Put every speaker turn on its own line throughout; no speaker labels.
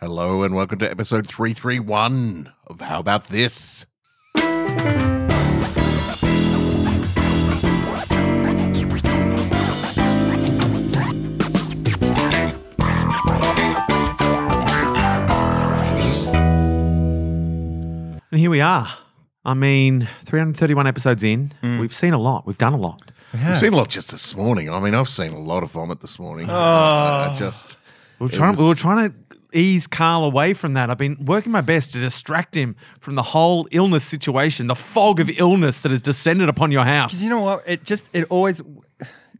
Hello and welcome to episode 331 of How About This?
And here we are. I mean, 331 episodes in, we've seen a lot. We've done a lot.
We've seen a lot just this morning. I mean, I've seen a lot of vomit this morning. Uh,
Ah.
I I just,
We were, trying,
was-
we were trying to ease Carl away from that. I've been working my best to distract him from the whole illness situation, the fog of illness that has descended upon your house.
You know what? It just it always.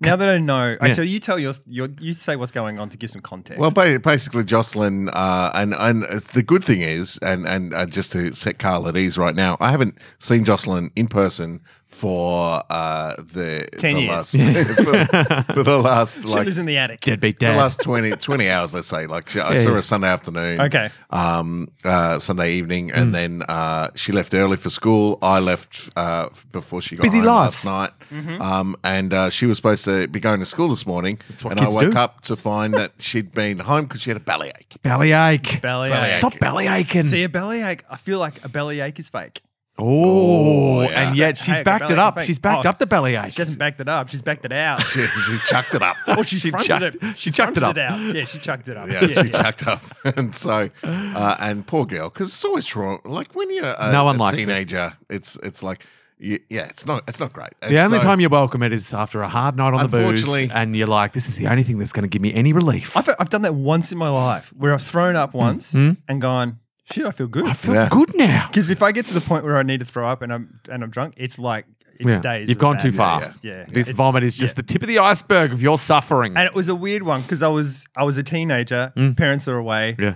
Now that I know, actually, you tell your, your you say what's going on to give some context.
well, ba- basically, Jocelyn, uh, and and uh, the good thing is, and and uh, just to set Carl at ease right now, I haven't seen Jocelyn in person for uh, the
10
the
years.
last, for, for the last
she
like
lives in the attic.
Deadbeat
the
dad.
last 20, 20 hours, let's say. Like, she- I saw
yeah.
her Sunday afternoon.
Okay.
Um, uh, Sunday evening.
Hmm.
And then uh, she left early for school. I left uh, before she got
Busy
home
lives.
last night. Um, and uh, she was supposed to be going to school this morning. That's
what
and
kids
I woke
do.
up to find that she'd been home because she had a bellyache.
bellyache.
Bellyache.
Stop bellyaching.
See a bellyache. I feel like a bellyache is fake.
oh,
Oh, yeah.
and yet she's
Hey, a
backed it
bellyache
up.
fake.
She's backed
Oh.
up the bellyache.
She hasn't backed it up. She's backed it out.
She, she chucked it up.
or she's
She
fronted
chucked-
it.
she chucked it
fronted
up.
out. Yeah, she chucked it up.
Yeah, she chucked up, and so uh, and poor girl, because it's always trauma. Like when you're a,
No one
a
likes it.
teenager, it's it's like, you, yeah, it's not it's not great. And
The only
so-
time you welcome it is after a hard night on the booze,
Unfortunately-
and you're like, "This is the only thing that's going to give me any relief."
I've, I've done that once in my life where I've thrown up once and gone, shit, I feel good.
Hmm. I feel
Yeah.
good now.
Because if I get to the point where I need to throw up and I'm and I'm drunk, it's like it's
Yeah.
days.
You've
of
gone
that.
too far.
Yeah, yeah.
This
It's-
vomit is just the tip of the iceberg of your suffering.
And it was a weird one because I was I was a teenager. Parents are away.
Mm. Yeah.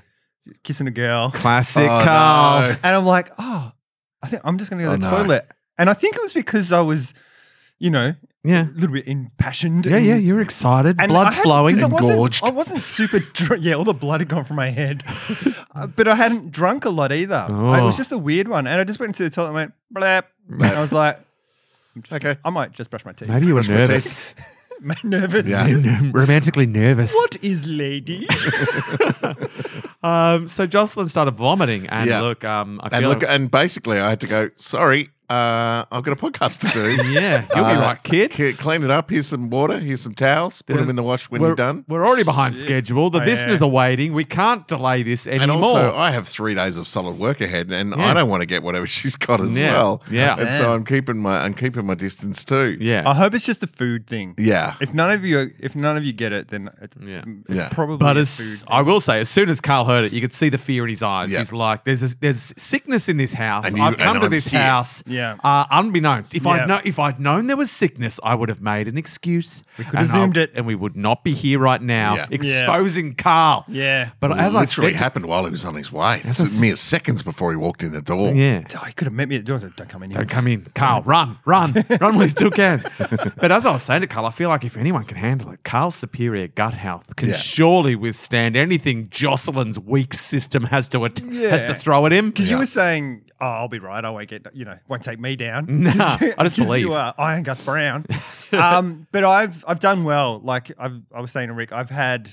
kissing a girl.
Classic
Oh,
Carl.
no.
And I'm like, oh, I think I'm just going to go to the
Oh, no.
toilet. And I think it was because I was, you know,
Yeah.
a little bit impassioned.
Yeah,
and-
yeah, you're excited.
and
Blood's
I hadn't-
flowing.
'cause I wasn't-
Engorged.
I wasn't super drunk. Yeah, all the blood had gone from my head. Uh, but I hadn't drunk a lot either. I- it
Oh.
was just a weird one. And I just went into the toilet and went, blap. And I was like, I'm just,
Okay.
I might just brush my teeth.
Maybe you were
Brush my teeth.
nervous.
Made nervous.
Yeah.
You're ner- romantically nervous.
What is lady?
Um, so Jocelyn started vomiting, and
Yeah.
look, um, I feel
And look,
like-
and basically, I had to go. Sorry, uh, I've got a podcast to do.
yeah, you'll be
Uh,
right, kid.
c- Clean it up. Here's some water. Here's some towels. Put them in the wash when
We're,
you're done.
we're already behind schedule. The
Oh, yeah.
listeners are waiting. We can't delay this anymore.
And also, I have three days of solid work ahead, and
Yeah.
I don't want to get whatever she's got as
Yeah.
well.
Yeah.
and so I'm keeping my I'm keeping my distance too.
yeah,
I hope it's just a food thing.
yeah.
If none of you, if none of you get it, then it's,
Yeah.
it's
Yeah.
probably
But
a
as
food.
I will say, as soon as Carl heard it, you could see the fear in his eyes.
Yeah.
He's like, "There's a, there's sickness in this house.
And you-
I've come
and
to
I'm
this
here."
house,
Yeah.
uh, unbeknownst. If
Yeah.
I'd know, if I'd known there was sickness, I would have made an excuse. We
could have zoomed it.
and we would not be here right now,
Yeah.
exposing Carl.
Yeah.
But as I
literally
said,
happened while he was on his way. It's
That's a-
mere seconds before he walked in the door.
yeah.
Oh, he could have met me at the door. I said, "Don't come in here."
Don't come in, Carl. Run, run, run while you still can. But as I was saying to Carl, I feel like if anyone can handle it, Carl's superior gut health can
Yeah.
surely withstand anything Jocelyn's weak system has to at- has to
Yeah.
throw at him.
Because you were saying, "Oh, I'll be right. I won't get you know, won't take me down."
Nah,
'Cause-
I just
'cause
believe.
you are iron guts brown. um, but I've I've done well. Like I've I was saying to Rick, I've had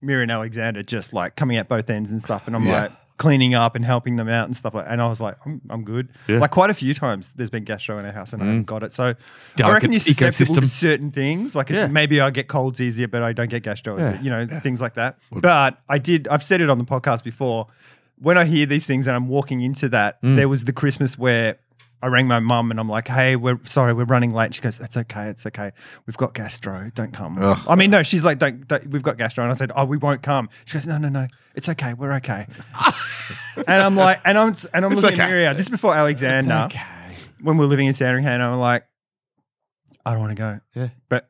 Miriam Alexander just like coming at both ends and stuff, and I'm
Yeah.
like cleaning up and helping them out and stuff like. And I was like, I'm, I'm good.
Yeah. Mm.
Like quite a few times, there's been gastro in our house, and I haven't got it. So I
Delicate
reckon you're susceptible
ecosystem.
to certain things. Like it's
Yeah.
maybe I get colds easier, but I don't get gastro.
Yeah.
You know, things like that. But I did. I've said it on the podcast before. When I hear these things and I'm walking into that,
Mm.
there was the Christmas where I rang my mum and I'm like, "Hey, we're sorry, we're running late." She goes, "That's okay, it's okay. We've got gastro. Don't come."
Ugh.
I mean, no, she's like, don't, "Don't, we've got gastro," and I said, "Oh, we won't come." She goes, "No, no, no, it's okay. We're okay." and I'm like, and I'm and I'm
It's
looking
okay.
at Miriam. This is before Alexander
Okay.
when we were living in Sandringham, I'm like, I don't want to go.
Yeah.
But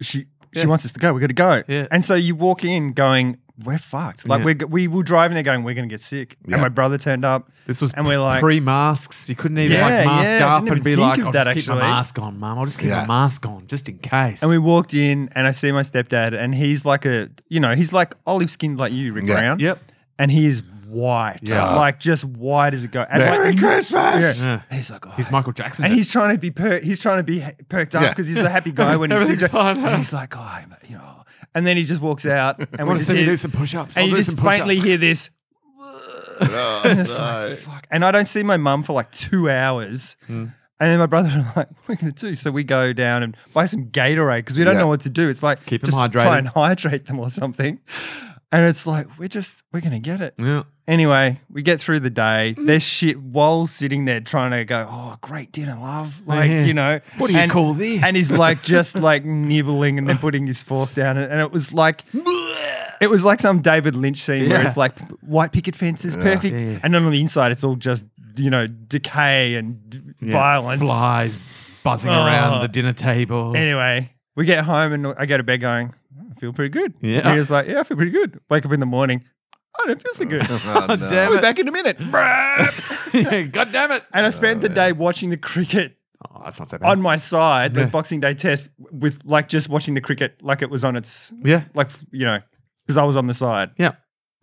she she
Yeah.
wants us to go. We're going to go.
Yeah.
And so you walk in going, we're fucked. Like
Yeah.
we're, g- we were driving there going, we're going to get sick.
Yeah.
And my brother turned up.
This was
And we're like-
pre masks. You couldn't even
Yeah,
like mask
yeah, I
up and
didn't even
be
think
like,
of
I'll
that,
just keep my
actually.
mask on, mum. I'll just keep
Yeah.
my mask on just in case.
And we walked in and I see my stepdad and he's like a, you know, he's like olive skinned like you, Rick
Yeah.
Brown.
Yep.
And he is white.
Yeah.
Like just white as it goes. And
Merry
like,
Christmas.
Yeah.
And he's like, oh,
He's Michael Jackson.
And he's trying to be per- he's trying to be ha- perked up
Yeah.
because he's a happy guy when he's
Everything's fine, huh?
and he's like, oh, I'm, you know. And then he just walks out, and we
want to
just
see me
hear-
do some push ups.
and you just faintly hear this.
Oh,
It's
no.
like, fuck. And I don't see my mum for like two hours.
Hmm.
And then my brother and I are like, what are we going to do? So we go down and buy some Gatorade because we don't
Yeah.
know what to do. It's like,
Keep 'em
just
hydrated.
try and hydrate them or something. And it's like, we're just, we're going to get it.
Yeah.
Anyway, we get through the day. There's shit while sitting there trying to go, oh, great dinner, love. Like,
Yeah.
you know.
What do you
and-
call this?
And he's like, just like nibbling and then putting his fork down. And it was like, it was like some David Lynch scene where
Yeah.
it's like white picket fences, perfect.
Yeah.
And then on the inside, it's all just, you know, decay and d-
Yeah.
violence.
Flies buzzing
Oh.
around the dinner table.
Anyway, we get home and I go to bed going, I feel pretty good.
Yeah.
And he was like, yeah, I feel pretty good. Wake up in the morning, I don't feel so good.
Oh, no.
damn
I'll
it.
be back in a minute.
Yeah, God damn it.
And I spent the day watching the cricket
Oh, that's not so bad.
on my side,
Yeah.
the Boxing Day test, with like just watching the cricket like it was on its,
yeah.
like, you know, because I was on the side,
Yeah.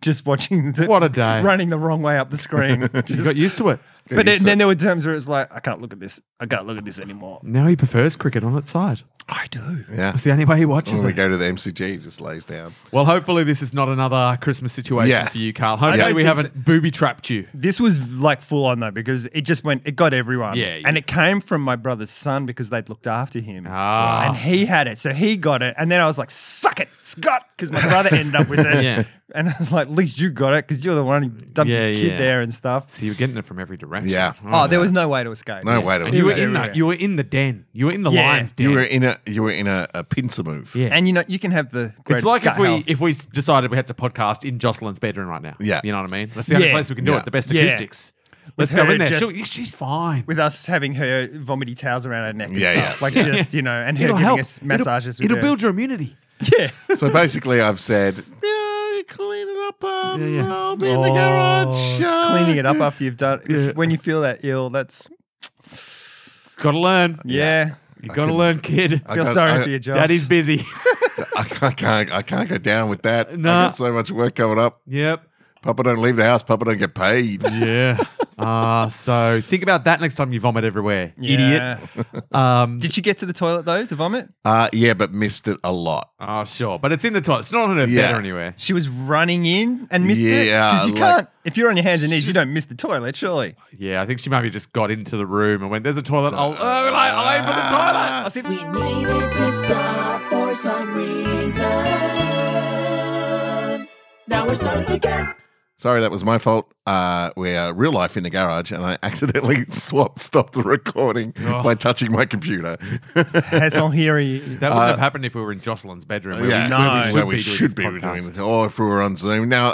just watching the,
What a day.
running the wrong way up the screen.
You
Just-
got used to it.
but
used
then,
to
then there were times where it's like, I can't look at this. I can't look at this anymore.
Now he prefers cricket on its side.
I do.
yeah.
That's the only way he watches
When we
it.
go to the MCG, he just lays down.
Well, hopefully this is not another Christmas situation
Yeah.
for you, Carl. Hopefully
don't
we
think
haven't booby trapped you.
This was like full on though, because it just went, it got everyone.
Yeah, yeah.
And it came from my brother's son because they'd looked after him.
Ah.
And he had it. So he got it. And then I was like, suck it, Scott, because my brother ended up with it.
Yeah.
And I was like, at least you got it because you're the one who dumped
Yeah,
his kid
yeah.
there and stuff.
So you're getting it from every direction.
Yeah.
Oh,
Oh, there was no way to escape.
No way to
and you were
escape.
in the, you were in the den. You were in the
Yeah.
lion's den.
You were in a you were in a, a pincer move.
yeah.
And you know, you can have the
it's
greatest
like if
gut
we
health.
if we s- decided we had to podcast in Jocelyn's bedroom right now.
Yeah.
You know what I mean? That's the only
Yeah.
place we can do
Yeah.
it. The best
Yeah.
acoustics. Let's
With
go in
her
there.
just-
She'll- she's fine.
with us having her vomity towels around her neck and
Yeah,
stuff.
yeah.
Like just, you know, and her
It'll
giving
help.
us
It'll-
massages
It'll,
with her.
build your immunity.
Yeah.
So basically, I've said, yeah, you clean it up. Um,
Yeah, yeah. Oh,
I'll be in the garage. uh,
Cleaning it up after you've done
Yeah.
when you feel that ill, that's
Gotta learn.
yeah.
You gotta learn, kid.
I
Feel
can't-
sorry
I-
for you, Josh.
Daddy's busy.
I can't, I can't, I can't go down with that. I
Nah.
got so much work coming up.
yep.
Papa don't leave the house. Papa don't get paid.
Yeah. Uh, so think about that next time you vomit everywhere, idiot. Um,
Did you get to the toilet though to vomit?
Uh, yeah, but missed it a lot.
oh, sure. But it's in the toilet. It's not on her
Yeah.
bed or anywhere.
She was running in and missed it.
Yeah,
because you
like-
can't. If you're on your hands and knees, you
She's-
don't miss the toilet, surely.
Yeah, I think she maybe just got into the room and went, there's a toilet. I'll, oh, like, I'll aim for the toilet.
I'll see if
We needed to stop for some reason. Now we're starting again.
Sorry, that was my fault. Uh, we are real life in the garage, and I accidentally swapped, stopped the recording
Oh.
by touching my computer.
has on here. he-
That wouldn't have happened if we were in Jocelyn's bedroom. Where
Uh, Yeah.
we,
No.
where we should
Where
be
we should be doing,
doing this podcast.
this, or if we were on Zoom. Now, uh,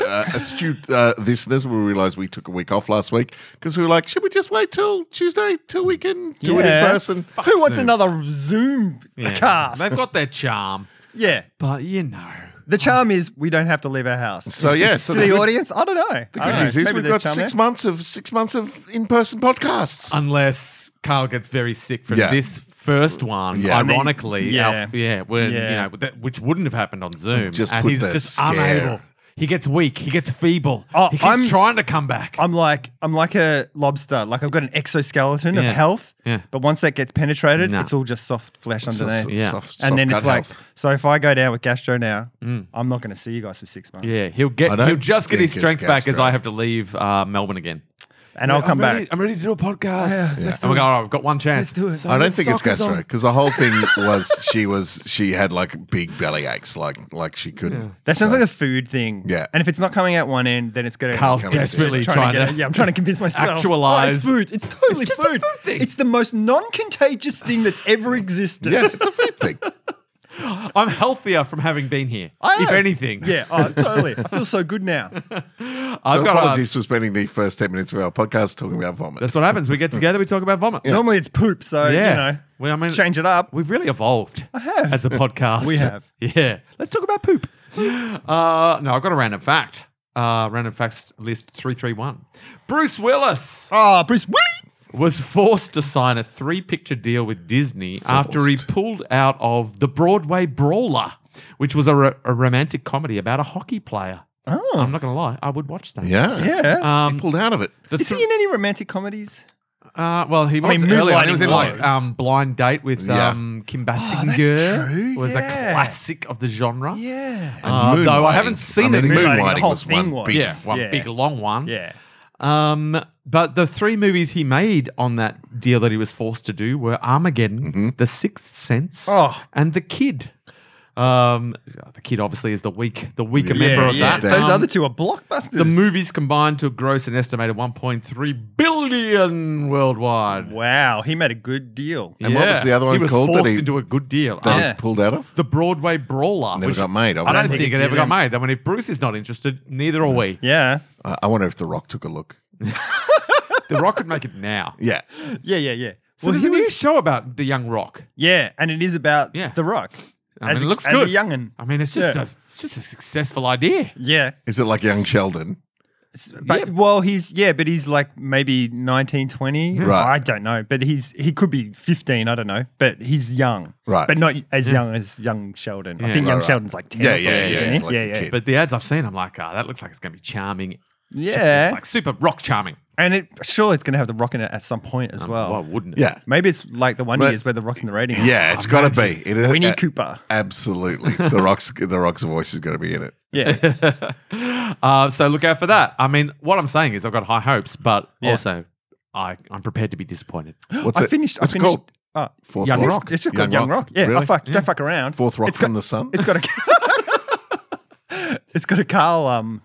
uh, uh, astute uh, listeners will realize we took a week off last week because we were like, should we just wait till Tuesday till we can do it
Yeah.
in person?
Who wants
Zoom.
another Zoom
Yeah.
cast?
They've got their charm,
yeah.
but you know.
The charm is we don't have to leave our house.
So yeah, so
to the
the good,
audience, I don't know.
the
I
good
don't know.
news is
Maybe
we've
there's
got
charm
six
there.
months of six months of in person podcasts.
Unless Carl gets very sick from
Yeah.
this first one,
Yeah.
ironically,
Yeah.
our- yeah, when,
Yeah.
You know, that, which wouldn't have happened on Zoom.
Just
and
put
he's
the
just
scare.
unable. He gets weak. He gets feeble.
Oh,
he keeps
I'm-
trying to come back.
I'm like I'm like a lobster. Like I've got an exoskeleton
Yeah.
of health.
Yeah.
But once that gets penetrated,
Nah.
it's all just soft flesh
So-
underneath.
so-
Yeah.
soft- soft
and then
gut
it's like,
health.
so if I go down with gastro now, I'm not going to see you guys for six months.
Mm. yeah, he'll
I
get.
don't
He'll just get
think
his
it's
strength back as
gastro.
I have to leave uh, Melbourne again.
And I'll come
I'm ready-
back.
I'm ready to do a podcast.
Yeah, let's
And
do
we
it.
go, "All right, I've got one chance.
Let's do it.
So
I don't
when
think it's
soccer's on-
gastro because the whole thing was she was she had like big belly aches, like like she couldn't.
That sounds like a food thing.
Yeah.
And if it's not coming out one end, then it's going to.
Carl's
Just
desperately
trying,
trying,
to, get it.
to.
Yeah, I'm trying to convince myself.
actualize-
Oh, it's food. It's totally
It's just a
food.
food thing.
It's the most non-contagious thing that's ever existed.
yeah, it's a food thing.
I'm healthier from having been here.
I
If
know.
anything,
Yeah, oh, totally. I feel so good now.
I've
So
got. a-
apologies for spending the first ten minutes of our podcast talking about vomit.
that's what happens. We get together. We talk about vomit.
Normally it's poop, so
Yeah.
you know,
Well, I mean-
change it up.
We've really evolved. I
have.
As a podcast.
We have.
Yeah. Let's talk about poop. Uh, no, I've got a random fact. Uh, random facts list 331. Bruce Willis
Ah, Bruce Willie.
was forced to sign a three picture deal with Disney after he pulled out of The Broadway Brawler, which was a, ro- a romantic comedy about a hockey player. I'm
Oh,
not going to lie. I would watch that.
yeah,
yeah.
Um,
pulled out of it.
the
Is
thr-
he in any romantic comedies?
Uh, well, he was
mean,
earlier. on. He
Moonlighting
was in like
was. Oh,
um, Blind Date with
Yeah.
um, Kim
that's
Basinger.
true,
Was
yeah.
a classic of the genre.
Yeah.
Uh,
And
though I haven't
Moonlighting.
seen
I mean,
it.
Moonlighting, the
Moonlighting
whole
was
thing
one
was.
big
Yeah,
Yes.
one
Yeah.
big long one.
yeah.
Um, but the three movies he made on that deal that he was forced to do were Armageddon, The Sixth Sense,
Mm-hmm. Oh.
and The Kid. Um, the Kid obviously is the weak, the weaker
Yeah,
member of
yeah,
that.
that-
Those
Um,
other two are blockbusters.
The movies combined to gross an estimated 1.3 billion worldwide.
Wow, he made a good deal.
And what was the other one
He was
called that
forced
he-
into a good deal.
That
Um,
Yeah.
pulled out of.
The Broadway Brawler.
Never
which
got made,
I don't
obviously.
think it
It
ever got
didn't.
made. I mean, if Bruce is not interested, neither are we.
Yeah.
I I wonder if The Rock took a look.
The Rock could make it now.
Yeah.
Yeah, yeah, yeah. So
well,
this
there's a
was-
new show about the young Rock.
Yeah, and it is about
Yeah.
The Rock.
I mean,
a,
it looks
as
good.
a young'un.
I mean, it's just
Yeah.
a, it's just a successful idea.
Yeah.
Is it like Young Sheldon?
S- But
Yeah.
well, he's yeah, but he's like maybe 19, 20.
Right.
I don't know, but he's he could be 15, I don't know, but he's young.
Right.
But not as young as young Sheldon. I
Yeah.
think
Right,
young
right.
Sheldon's like 10
Yeah,
or something,
yeah,
yeah,
isn't
he's
he?
like
yeah,
a
yeah.
kid.
But the ads I've seen, I'm like, ah, that looks like it's going to be charming.
yeah.
Like super rock charming.
And it sure it's going to have the rock in it at some point as
Um,
well.
why wouldn't it?
Yeah.
Maybe it's like the one
But-
years where the rock's in the rating.
Yeah, it's got to be. It-
Winnie
uh,
Cooper.
Absolutely. The Rock's The Rock's voice is going to be in it.
Yeah.
uh, so look out for that. I mean, what I'm saying is I've got high hopes, but
Yeah.
also I, I'm prepared to be disappointed.
What's
I
it?
finished.
What's
I
it
finished.
called?
Oh,
Fourth
Young
Rock.
It's, it's just called Young Rock. Yeah, I
Really?
fuck, don't fuck around.
Fourth Rock
It's
from
got-
the Sun.
It's got a. it's got a Carl um,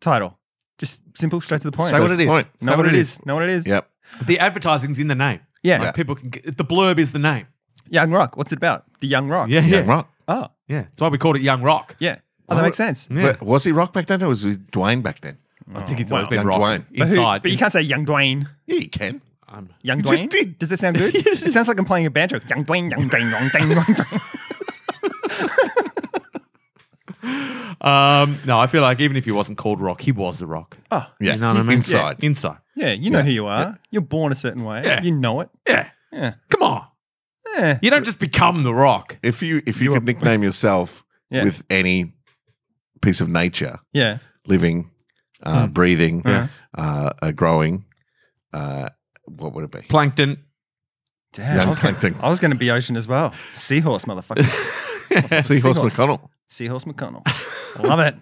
title. Just simple, straight to the point.
Say what it is.
Point.
Know
Say
what, it is. Know what it is.
Yep.
The advertising's in the name.
Yeah.
Like people can get, the blurb is the name.
Young Rock. What's it about? The Young Rock.
Yeah,
Young
yeah.
Rock.
Oh,
Yeah. That's why we called it Young Rock.
yeah. Oh, that makes sense.
Yeah.
But was he Rock back then, or was he Dwayne back then?
I think it's
Oh,
always
wow.
been
Young
rock
Dwayne.
But, who-
inside. Um,
but you can't say Young Dwayne.
Yeah, you can.
I'm-
Young
just
Dwayne.
did.
Does that sound good? it sounds like I'm playing a banjo. Young Dwayne. Young Dwayne. Young Dwayne. Young Dwayne.
um, no, I feel like even if he wasn't called Rock, he was the Rock.
Oh,
Yeah.
You know what I mean?
Inside.
Inside.
yeah. You know
Yeah.
who you are. You're born a certain way.
Yeah.
You know it. Eh,
Yeah.
Yeah.
Come on.
Yeah.
You don't just become the Rock.
If you if you, could nickname yourself
Yeah.
with any piece of nature,
Yeah.
living, uh, breathing,
Yeah.
uh, uh, growing, uh, what would it be?
Plankton.
Damn.
Young
I was gonna-
Plankton.
I was going to be ocean as well. Seahorse, motherfuckers.
Seahorse
Seahorse.
McConnell.
Seahorse McConnell. Love it.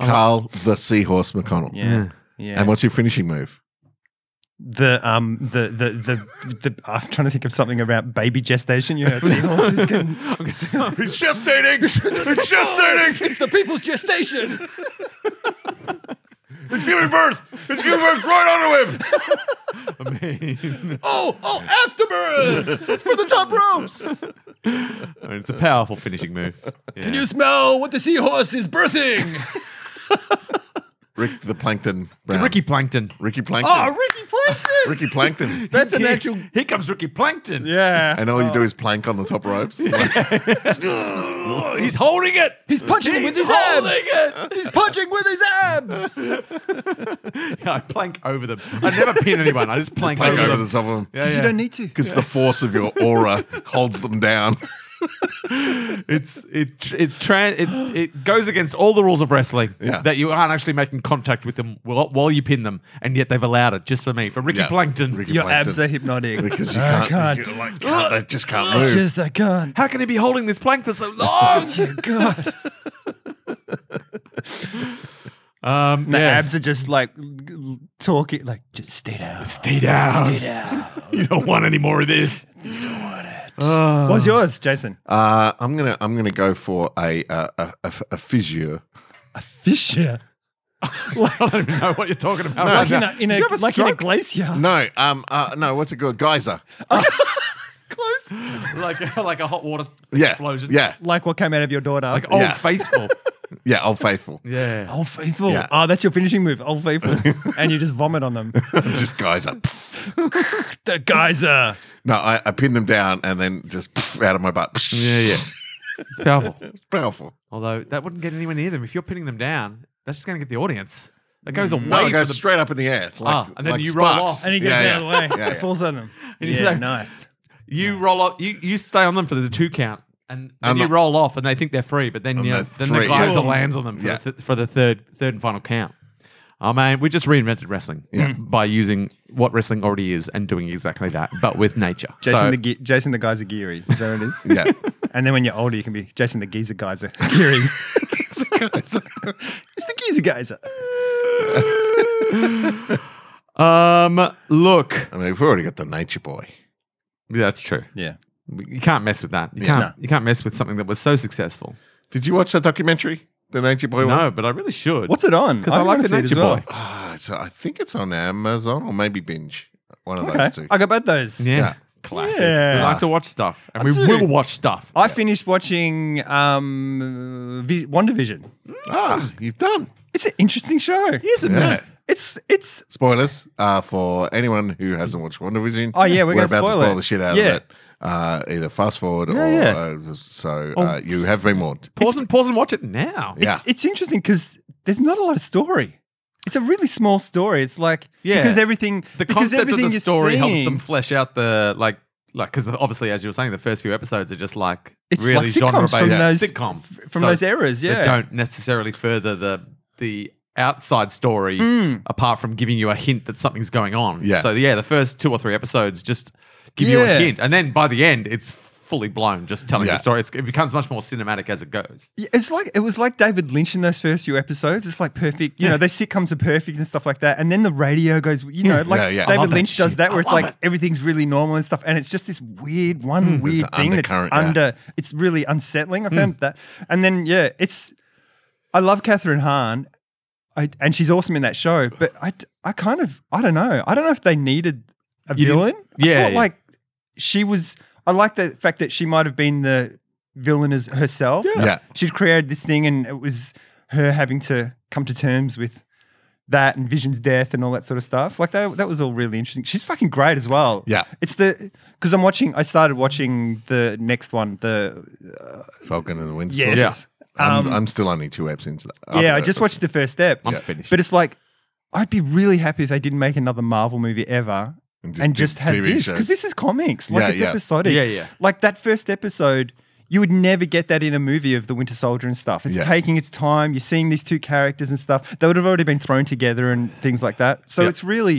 Carl the Seahorse McConnell.
Yeah.
Uh-huh. Yeah.
Yeah.
And what's your finishing move?
the um the the the, the I'm trying to think of something about baby gestation. You know, seahorses can.
It's just dating. It's just dating.
It's the people's gestation.
It's giving birth. It's giving birth right onto him.
I mean,
Oh, oh, afterbirth for the top ropes.
I mean, it's a powerful finishing move. Yeah.
smell what the seahorse is birthing?
Rick the Plankton.
To
Brown.
Ricky Plankton.
Ricky Plankton.
oh, Ricky Plankton.
Ricky Plankton.
That's an
Here-
actual.
Here comes Ricky Plankton.
Yeah.
And all you do is plank on the top ropes.
Oh, he's holding it.
He's punching him with his abs.
holding it.
He's punching with his abs.
Yeah, I plank over them. I never pin anyone. I just plank,
plank
over,
over
them.
the top of them.
Yeah, yeah.
You don't need to.
Because the force of your aura holds them down.
It's it tr- it, tran it it goes against all the rules of wrestling
Yeah.
that you aren't actually making contact with them while, while you pin them, and yet they've allowed it just for me for Ricky
Yeah.
Plankton.
Ricky
Your
Plankton.
abs are hypnotic.
Because you
Oh,
can't.
God.
you like, can't- they just can't
I
move.
just I can't.
How can he be holding this plank for so long?
God.
um, yeah.
The abs are just like l- talking, like just stay down.
Stay down. Stay down. you don't want any more of this. You don't want it.
What's yours, Jason?
Uh, I'm gonna I'm gonna go for a uh, a, a, a fissure.
Fisher.
I don't even know what you're talking about.
Like
right
in
now.
a, in
Did
a,
you have a
like in a
stroke?
glacier.
No, um, uh, no. What's it called? Geyser.
Close.
like like a hot water s-
Yeah,
explosion.
yeah,
Like what came out of your daughter.
Like old
Yeah.
faithful.
yeah. Old Faithful.
Yeah.
Old Faithful.
Yeah.
Oh, that's your finishing move, Old Faithful. and you just vomit on them.
just Geyser.
the geyser.
No, I, I pinned them down and then just out of my butt.
Yeah, yeah. It's powerful.
It's powerful.
Although that wouldn't get anywhere near them. If you're pinning them down, that's just going to get the audience. That goes away.
No, it
from
goes
the-
straight up in the air. Like,
Ah, and then
like
you roll
sparks.
off.
And he goes
Yeah,
out
yeah.
of the way.
Yeah,
It
yeah.
falls on them.
And he's
Yeah,
like-
nice.
you roll off. You, you stay on them for the two count, and then
And
you
the-
roll off, and they think they're free. But then
And
you know,
they're
then the
three,
geyser
yeah.
lands on them for,
Yeah.
the th- for the third third and final count. I mean, we just reinvented wrestling
Yeah.
by using what wrestling already is and doing exactly that, but with nature.
Jason
so,
the Ge- Jason the Geyser Geary. Is that what it is?
Yeah.
And then when you're older, you can be Jason the Geezer Geyser Geary. it's the Geezer Geyser.
um, look,
I mean, we've already got the Nature Boy.
that's true.
Yeah.
You can't mess with that. You
Yeah.
can't. You can't mess with something that was so successful.
Did you watch that documentary, the Nature Boy one?
No, but I really should.
What's it on?
Because I, like
wanna
the
see it as
Nature
well.
Boy.
Ah, so I think it's on Amazon or maybe Binge. One of those
Okay.
two.
I got both those.
Yeah.
Yeah.
Classic.
Yeah. Oh,
We like to watch stuff, and
I
we
do.
will watch stuff.
I finished watching um, v- WandaVision.
Ah, you've done.
It's an interesting show.
Isn't
Yeah.
it?
It's it's
Spoilers uh, for anyone who hasn't watched WandaVision.
Oh, yeah, we're gonna
about
spoil
to spoil
it.
the shit out
Yeah.
of it. Uh, either fast forward or
yeah. Oh.
Uh, so uh, you have been warned.
Pause and pause and watch it now.
Yeah.
it's, it's interesting because there's not a lot of story. It's a really small story. It's like
Yeah.
because everything
the
because
concept of
everything
the
you're
story helps
seeing-
them flesh out the like like because obviously as you were saying the first few episodes are just like
It's like
really genre
sitcoms
based
from those-
sitcom
from
So
those eras.
they
Yeah,
don't necessarily further the the outside story apart from giving you a hint that something's going on
Yeah.
so yeah the first two or three episodes just give you
Yeah.
a hint and then by the end it's fully blown just telling
Yeah.
the story it's, it becomes much more cinematic as it goes
Yeah, It's like it was like David Lynch in those first few episodes. It's like perfect, you know. Those sitcoms are perfect and stuff like that. And then the radio goes, you know, like
Yeah, yeah. I
David
love that
Lynch does
shit.
that, where
I
it's
love
like
it. Mm,
everything's really normal and stuff. And it's just this weird one weird
It's an
thing that's
undercurrent, yeah.
under. It's really unsettling. I
Mm.
found that. And then yeah, it's. I love Catherine Hahn, I, and she's awesome in that show. But I, d- I kind of I don't know. I don't know if they needed
You
a
didn't-
villain. I
Yeah,
felt
yeah.
like she was. I like the fact that she might have been the villain as herself.
Yeah.
She'd created this thing and it was her having to come to terms with that and Vision's death and all that sort of stuff. Like that, that was all really interesting. She's fucking great as well.
Yeah.
It's the because I'm watching. I started watching the next one. The
Falcon and the Winter Soldier.
yes.
I'm,
Um,
I'm still only two eps into that.
yeah,
Uh,
I just watched the first step.
i'm finished
But it's like, I'd be really happy if they didn't make another Marvel movie ever
And just
and
do
just had
TV
this.
shows.
Because this is comics. Like
Yeah,
it's
yeah.
episodic.
Yeah, yeah.
Like that first episode, you would never get that in a movie of the Winter Soldier and stuff. It's
Yeah.
taking its time. You're seeing these two characters and stuff. They would have already been thrown together and things like that. So
Yeah.
it's really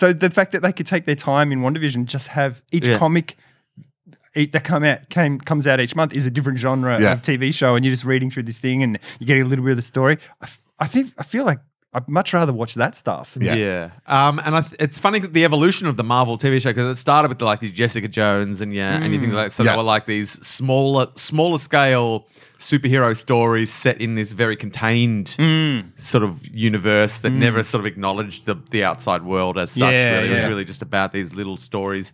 so the fact that they could take their time in WandaVision, just have each
Yeah.
comic eat that come out came comes out each month is a different genre
Yeah.
of TV show, and you're just reading through this thing and you're getting a little bit of the story. I, f- I think I feel like I'd much rather watch that stuff.
Yeah.
Yeah. Um, and I th- it's funny that the evolution of the Marvel TV show because it started with the, like these Jessica Jones and yeah, anything
Mm.
like that. So
Yeah.
they were like these smaller, smaller scale superhero stories set in this very contained
Mm.
sort of universe that never sort of acknowledged the, the outside world as such.
Yeah,
really. It was
yeah.
really just about these little stories.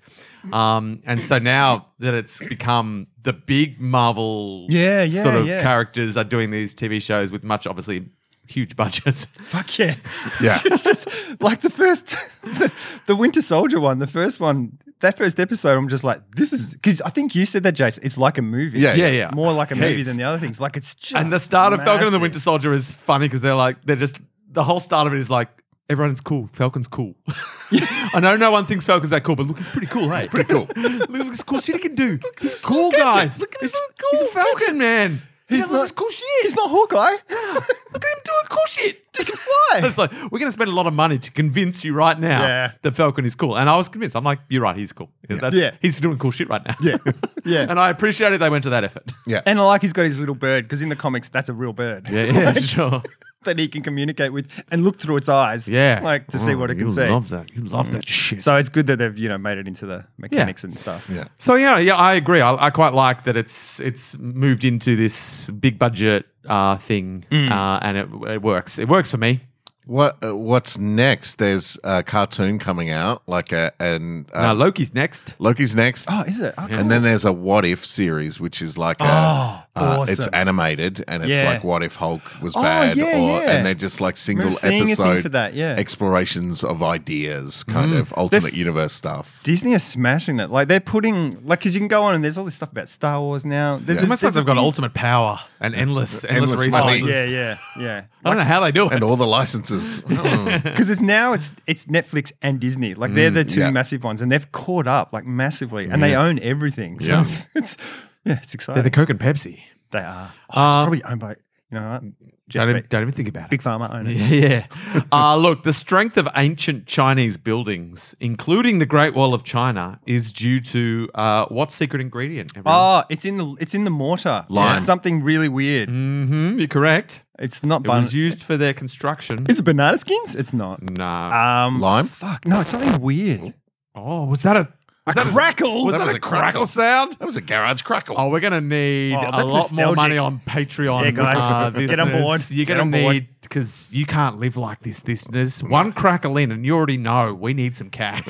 Um, and so now that it's become the big Marvel
Yeah, yeah,
sort of
yeah.
characters are doing these TV shows with much, obviously, huge budgets.
Fuck yeah.
Yeah.
it's just like the first, the, the Winter Soldier one, the first one, that first episode, I'm just like, this is, because I think you said that, Jason. It's like a movie.
Yeah,
yeah, yeah.
More like a movie
Heaps.
than the other things. Like it's just.
and the start of Falcon and the
massive.
Winter Soldier is funny because they're like they're just the whole start of it is like everyone's cool. Falcon's cool. I know no one thinks Falcon's that cool, but look, he's pretty cool, hey? He's
pretty cool.
look, look at this cool shit he can do. he's
this
cool,
little gadget.
guys.
Look at
he's,
this little
he's a
cool
Falcon, man. He's
not-
look at this cool shit.
He's not Hawkeye.
look at him doing cool shit.
He can fly.
It's like we're going to spend a lot of money to convince you right now
Yeah.
that Falcon is cool, and I was convinced. I'm like, you're right, he's cool. That's,
Yeah.
he's doing cool shit right now.
Yeah. Yeah.
and I appreciated they went to that effort.
Yeah.
And I like he's got his little bird because in the comics that's a real bird
Yeah, yeah, sure.
that he can communicate with and look through its eyes,
Yeah,
like to see what it can Mm.
you
see.
Love Oh, that. You love that shit.
So it's good that they've you know made it into the mechanics and stuff.
Yeah.
So yeah, yeah, I agree. I, I quite like that it's it's moved into this big budget uh, thing, uh, and it, it works. It works for me.
What uh, What's next? There's a cartoon coming out, like a and uh,
now Loki's next.
Loki's next.
Oh, is it? Oh, cool.
And then there's a What If series, which is like a,
Oh,
uh, it's
awesome.
animated and it's
Yeah.
like What If Hulk was
Oh,
bad,
yeah,
or
yeah.
and they're just like single
Remember seeing a thing
episode
for that, yeah. Mm.
explorations of ideas, kind of alternate universe stuff.
Disney are smashing it. Like they're putting like because you can go on and there's all this stuff about Star Wars now. There's
It's almost like
there's
they've got
thing-
ultimate power and endless, endless,
Endless money.
resources.
ultimate-
Yeah, yeah, yeah.
I don't know how they do it.
And all the licenses. Oh.
Because it's now it's it's Netflix and Disney. Like
Mm.
they're the two
yeah.
massive ones, and they've caught up like massively, and they own everything. So
Yeah.
it's yeah, it's exciting.
They're the Coke and Pepsi.
they are. Oh, it's
Uh,
probably owned by you know what? Jeff
Don't,
Be-
even- don't even think about it.
Big Pharma owner.
Yeah. Uh, look, the strength of ancient Chinese buildings, including the Great Wall of China, is due to uh, what secret ingredient?
Oh, it's in the it's in the mortar.
Lime.
It's something really weird.
mm-hmm, you're correct.
It's not
It was Mm.
banana.
used for their construction.
Is it banana skins? It's not.
Nah.
Um,
Lime?
Fuck no, it's something weird.
oh, was that a, was that a-
crackle?
was
That
that,
was
a
a crackle.
crackle sound?
That was a garage crackle.
Oh, we're gonna need
Oh,
a lot
that's
more
nostalgic.
money on Patreon.
Yeah, guys,
uh,
get on
listeners.
board.
You're
Get
gonna
on board.
need because you can't live like this, listeners. One crackle in, and you already know we need some cash.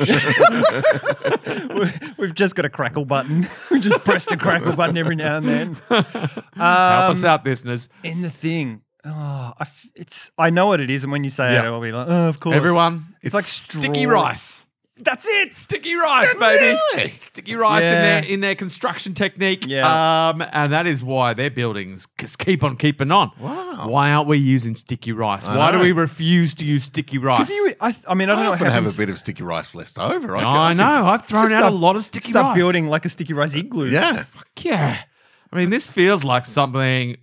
We- We've just got a crackle button. we just press the crackle button every now and then. Um,
Help us out, listeners.
in the thing. Oh, I f- it's I know what it is, and when you say
Yeah.
it, I'll be like, oh, of course.
Everyone,
It's
it's,
like
like sticky
straws.
rice.
that's it.
Sticky rice, baby. Sticky rice
Yeah.
in their in their construction technique.
Yeah.
Um, and that is why their buildings just keep on keeping on.
Wow.
Why aren't we using sticky rice?
I
why do
know.
we refuse to use sticky rice?
Because you, I, th- I mean, I don't
I
know
often
what
have a
happens.
bit of sticky rice left over.
Oh, I,
can- I can-
know. I've thrown
Just
out
start-
a lot of sticky
Start
rice.
building like a sticky rice igloo.
Yeah.
Yeah. I mean, this feels like something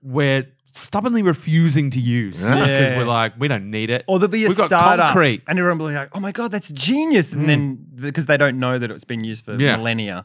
we're stubbornly refusing to use
Yeah.
because
Yeah.
we're like, we don't need it.
Or there'll be a
We've got
startup,
concrete. Mm.
and everyone will be like, "Oh my god, that's genius!" And then because they don't know that it's been used for
Yeah.
millennia.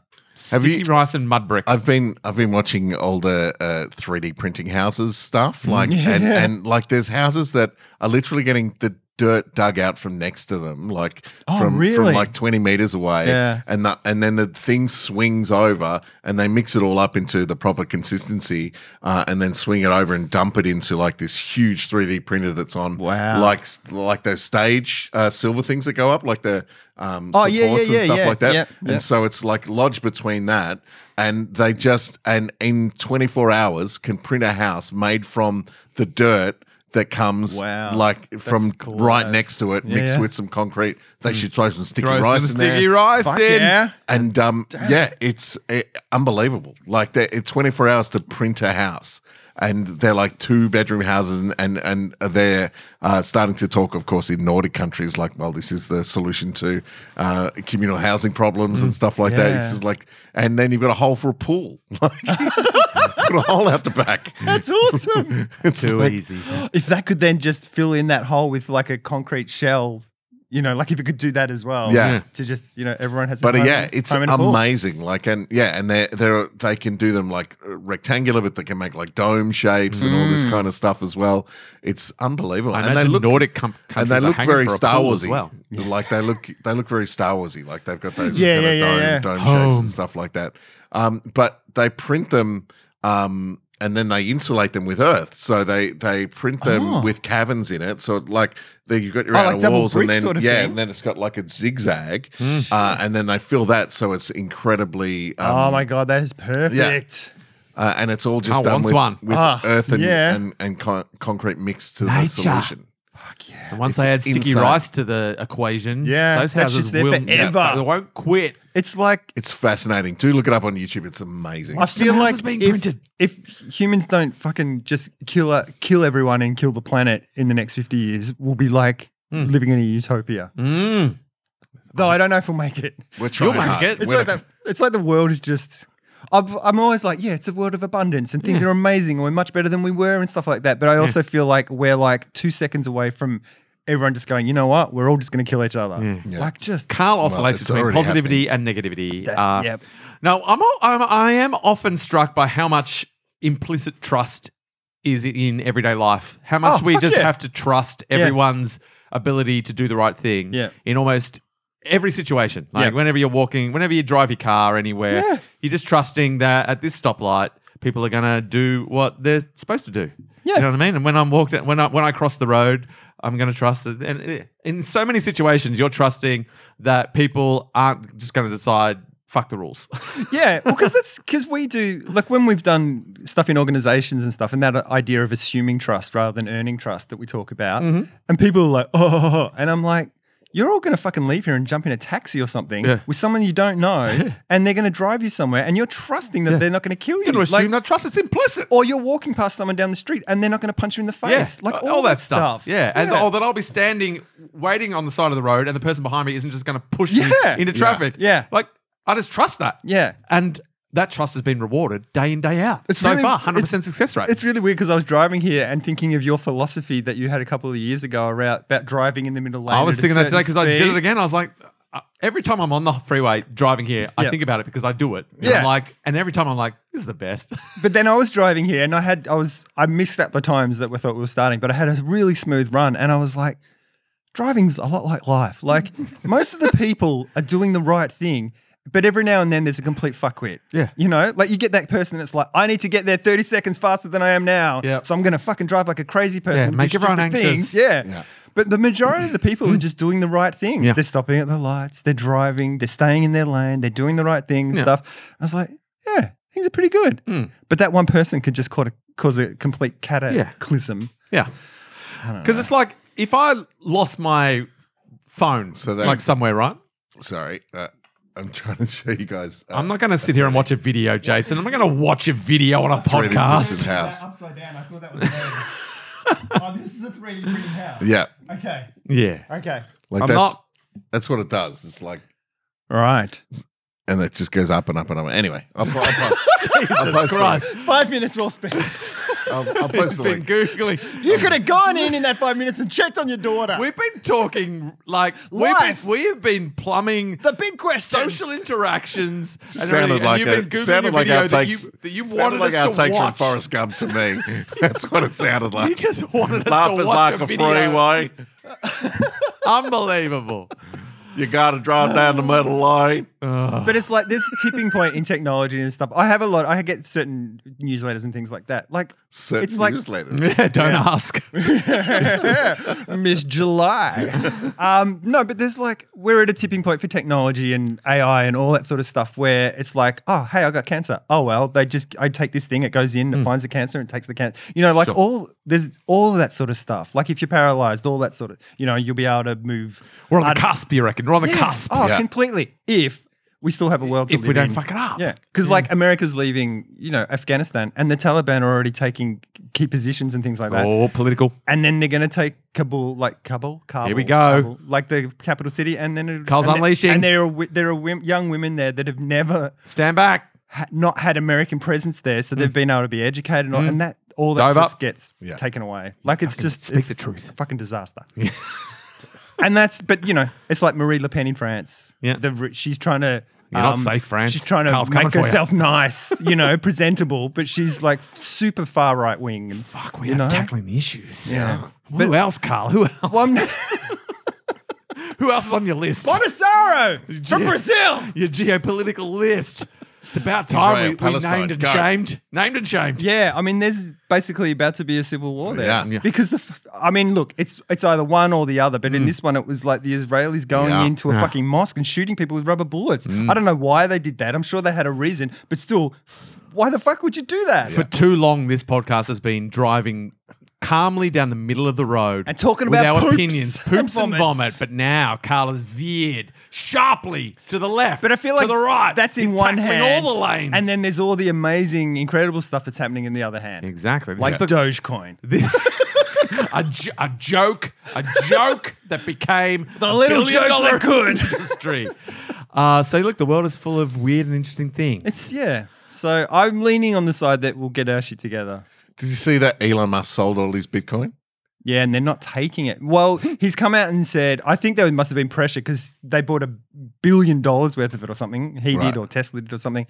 Have
sticky
you-
rice and mud brick.
I've been I've been watching all the uh, 3D printing houses stuff,
Mm.
like and,
Yeah.
and like there's houses that are literally getting the dirt dug out from next to them, like
Oh,
from
really?
from like 20 meters away,
Yeah.
and the, and then the thing swings over and they mix it all up into the proper consistency, uh, and then swing it over and dump it into like this huge 3D printer that's on
Wow.
like like those stage uh, silver things that go up, like the um,
Oh,
supports
yeah, yeah, yeah,
and stuff
yeah,
like that,
yeah,
and
yeah.
so it's like lodged between that, and they just and in 24 hours can print a house made from the dirt that comes
Wow.
like from
cool,
right
guys.
next to it,
Yeah,
mixed
yeah.
with some concrete. They should throw some sticky
Throw some
rice in
sticky
there.
rice
Fuck
in.
yeah.
And um, yeah, it's uh unbelievable. Like they- it's 24 hours to print a house. And they're like two bedroom houses, and and, and they're uh, starting to talk, of course, in Nordic countries. Like, well, this is the solution to uh, communal housing problems and stuff like that.
Mm, Yeah.
It's just like, and then you've got a hole for a pool, like put a hole out the back.
That's awesome.
It's like-
if that could then just fill in that hole with like a concrete shell, you know, like if it could do that as well.
Yeah. Yeah.
To just you know, everyone has. a
But uh,
home-
yeah, it's
home and a pool.
amazing. Like and yeah, and they they they can do them like uh, rectangular, but they can make like dome shapes and all this kind of stuff as well. It's unbelievable.
Mm. I
and they
imagine
look
Nordic com-
and
countries
they
are
look
hanging
very
for a
Star
pool as
Warsy.
well.
Like they look they look very Star Warsy. Like they've got those
Yeah,
kind
yeah,
of
yeah,
dome,
yeah.
dome shapes
Home.
and stuff like that. Um, but they print them. Um, and then they insulate them with earth, so they they print them
Ah.
Oh.
with caverns in it. So like, there you've got your
Oh,
outer
like double
walls, and
brick
then
sort of
yeah,
thing?
and then it's got like a zigzag,
Hmm.
uh, and then they fill that so it's incredibly. Um,
oh my god, that is perfect.
uh, and it's all just
I
done
want
with,
Oh, one.
with
Ah,
earth and
yeah.
and, and con- concrete mixed to the
Nature.
solution.
And once
It's
they add sticky
insane.
rice to the equation,
Yeah,
those
that
houses
shit's there
will
forever.
they won't quit.
It's like
It's fascinating. Do look it up on YouTube. It's amazing.
I feel
house
like
is being
if,
printed.
if humans don't fucking just kill uh, kill everyone and kill the planet in the next fifty years, we'll be like
Hmm.
living in a utopia.
Mm.
Though I don't know if we'll make it.
We're trying
make
hard.
it.
It's
We're
like
not-
the, it's like the world is just. I'm, I'm always like, yeah, it's a world of abundance and things are amazing and we're much better than we were and stuff like that. But I also feel like we're like two seconds away from everyone just going, you know what? We're all just going to kill each other.
Yeah.
Like just
Carl oscillates
it's
between
already
positivity and negativity.
That-
uh,
yep.
Now, I'm, al- I'm I am often struck by how much implicit trust is in everyday life. How much
Oh,
we
fuck
just
yeah.
have to trust everyone's ability to do the right thing.
Yeah.
In almost every situation, like
Yeah.
whenever you're walking, whenever you drive your car anywhere,
Yeah.
you're just trusting that at this stoplight. People are gonna do what they're supposed to do.
Yeah.
You know what I mean? And when I'm walked, when I when I cross the road, I'm going to trust it. And it- in so many situations, you're trusting that people aren't just going to decide fuck the rules.
yeah, well, because that's because we do like when we've done stuff in organizations and stuff, and that idea of assuming trust rather than earning trust that we talk about,
Mm-hmm.
and people are like, oh, and I'm like. You're all going to fucking leave here and jump in a taxi or something
Yeah.
with someone you don't know, and they're going to drive you somewhere, and you're trusting that they're not going to kill you.
you're going to
Like,
assume that trust is implicit.
or you're walking past someone down the street and they're not going to punch you in the face.
Yeah.
Like all, that stuff.
Yeah. And or that I'll be standing waiting on the side of the road and the person behind me isn't just going to push
Yeah.
me into traffic.
Yeah.
Like I just trust that.
Yeah.
And that trust has been rewarded day in day out
It's
so
really-
far 100%
it's-
success rate
It's really weird because I was driving here and thinking of your philosophy that you had a couple of years ago around about driving in the middle lane.
I was
at a
thinking that today
certain
because I did
speed.
it again. I was like, uh, every time I'm on the freeway driving here, I
Yeah.
think about it because I do it. And
Yeah.
I'm like, and every time I'm like, this is the best.
But then I was driving here and I had I was I missed that the times that we thought we were starting, but I had a really smooth run and I was like, driving's a lot like life. Like most of the people are doing the right thing. But every now and then there's a complete fuckwit.
Yeah.
You know, like you get that person that's like, I need to get there 30 seconds faster than I am now.
Yeah.
So I'm going to fucking drive like a crazy person.
Yeah,
and do
make everyone
stupid
anxious.
things." Yeah.
Yeah.
But the majority of the people are just doing the right thing.
Yeah.
They're stopping at the lights, they're driving, they're staying in their lane, they're doing the right thing and
Yeah.
stuff. I was like, yeah, things are pretty good.
Mm.
But that one person could just cause a, cause a complete cataclysm.
yeah. Because it's like, if I lost my phone,
So that-
like somewhere, right?
Sorry, uh, I'm trying to show you guys. Uh,
I'm not going to sit here and watch a video, Jason. I'm not going to watch a video on a
three D printer's
podcast.
house.
upside down. I thought that was oh, this is a 3D printing house.
Yeah,
Okay.
Yeah.
Okay.
like
I'm
that's
not.
that's what it does. It's like,
All right.
and it just goes up and up and up. Anyway, I'll, po- I'll, post- I'll
Jesus
post the
Christ.
link.
Five minutes well spent.
I'll, I'll
It's
post the
been
link.
Googling.
You could have gone in in that five minutes and checked on your daughter.
We've been talking like we've been,
Life.
we've been plumbing
the big question.
social interactions. and
Sounded
everything,
like
and
a,
you've been Googling
sounded
a
like
video that you,
outtakes.
that you
sounded
wanted
like
us to
outtakes
watch.
from Forrest Gump to me. That's what it sounded like.
You just wanted us
Laugh
to
is
watch
like
a
a
video.
freeway.
Unbelievable.
You got to drive down the middle line.
But it's like there's a tipping point in technology and stuff. I have a lot. I get certain newsletters and things like that. Like
Certain
It's like-
newsletters.
Yeah, don't ask.
Miss July. um, no, but there's like we're at a tipping point for technology and AI and all that sort of stuff where it's like, oh, hey, I got cancer. Oh well, they just I take this thing, it goes in, it finds the cancer, and takes the cancer. You know, like
Hmm. Sure.
all there's all of that sort of stuff. Like if you're paralyzed, all that sort of, you know, you'll be able to move.
We're on the
I'd-
cusp, you reckon? We're on the
Yeah.
cusp.
Oh,
Yeah.
completely. If we still have a world to
if we
live
don't
in.
fuck it up.
Yeah, because like America's leaving, you know, Afghanistan, and the Taliban are already taking key positions and things like that.
Oh, political.
And then they're going to take Kabul, like Kabul, Kabul.
we go.
Kabul, like the capital city, and then it,
Carl's
and they-
unleashing.
And there are wi- there are wim, young women there that have never
Stand back.
ha- not had American presence there, so
Mm.
they've been able to be educated, and, all, and that all that
Dive
just
up.
gets
Yeah.
taken away. Like it's just
speak
it's
the truth.
a fucking disaster. and that's but you know it's like Marie Le Pen in France.
Yeah.
the, ri- she's trying to. um,
You're not safe, France.
She's trying to
Carl's coming
make
for you.
herself nice, you know, presentable, but she's like super far right wing. and
Fuck, we
you
are
know?
tackling the issues.
Yeah.
Who else, Carl? Who else?
Well, I'm-
Who else is on your list?
Bolsonaro from
Yeah.
Brazil.
Your geopolitical list. It's about time
Israel,
we, we
Palestine,
named and
go.
shamed. Named and shamed.
Yeah, I mean, there's basically about to be a civil war there.
Yeah. Yeah.
Because the, f- I mean, look, it's it's either one or the other. But in this one, it was like the Israelis going
Mm. Yeah. Mm.
into a
Yeah.
fucking mosque and shooting people with rubber bullets. I don't know why they did that. I'm sure they had a reason, but still, f- why the fuck would you do that?
For too long, this podcast has been driving calmly down the middle of the road
And talking
with
about
our
poops
opinions,
and
poops and,
vomits.
vomit. But now Carl has veered sharply to the left.
But I feel like
to the right.
that's in
He's
one
tackling
hand,
all the lanes,
and then there's all the amazing, incredible stuff that's happening in the other hand,
exactly This
like
is the-
Dogecoin.
the- a, j- a joke, a joke that became
The
a
little
billion
joke
dollar
that could.
industry. Uh, so look, the world is full of weird and interesting things.
It's yeah. So I'm leaning on the side that we'll get our shit together.
Did you see that Elon Musk sold all his Bitcoin?
Yeah, and they're not taking it. Well, he's come out and said, I think there must have been pressure because they bought a billion dollars worth of it or something. He
Right.
did or Tesla did or something.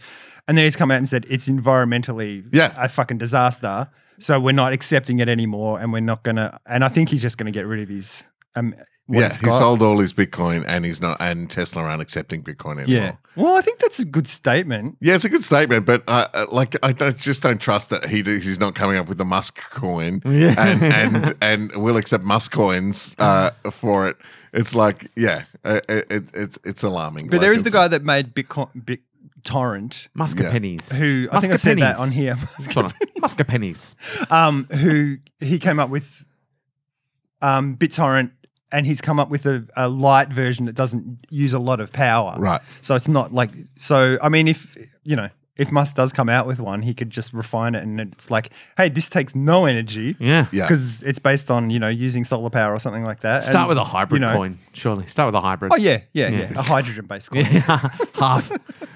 And then he's come out and said it's environmentally
Yeah.
a fucking disaster. So we're not accepting it anymore, and we're not gonna. And I think he's just gonna get rid of his. Um, what
yeah,
it's
he
got.
sold all his Bitcoin, and he's not, and Tesla aren't accepting Bitcoin anymore.
Yeah.
Yeah,
Well, I think that's a good statement.
it's a good statement, but uh, uh, like I don't, just don't trust that he he's not coming up with the Musk coin,
Yeah.
and and and we'll accept Musk coins uh,
Mm-hmm.
for it. It's like yeah, uh, it, it, it's it's alarming.
But
Like,
there is the
it's-
guy that made Bitcoin, Bit Torrent,
Musk
Yeah.
pennies.
who I think I said that on here.
Musk pennies.
um, who he came up with um, BitTorrent, and he's come up with a, a light version that doesn't use a lot of power.
Right.
So it's not like so. I mean, if you know, if Musk does come out with one, he could just refine it, and it's like, hey, this takes no energy.
Yeah.
Mm. Yeah.
Because it's based on you know using solar power or something like that.
Start
and,
with a hybrid
you know-
coin, surely. Start with a hybrid.
Oh yeah, yeah, yeah,
Yeah.
a hydrogen based coin.
half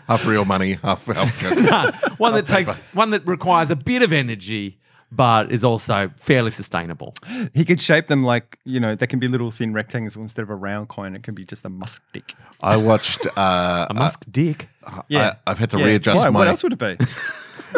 half real money, half half. coke.
one that takes one that requires a bit of energy, but is also fairly sustainable.
He could shape them like, you know, they can be little thin rectangles instead of a round coin. It can be just a musk stick.
I watched. Uh,
A musk dick.
Yeah.
I, I've had to
Yeah.
readjust
Why?
my.
What else would it be?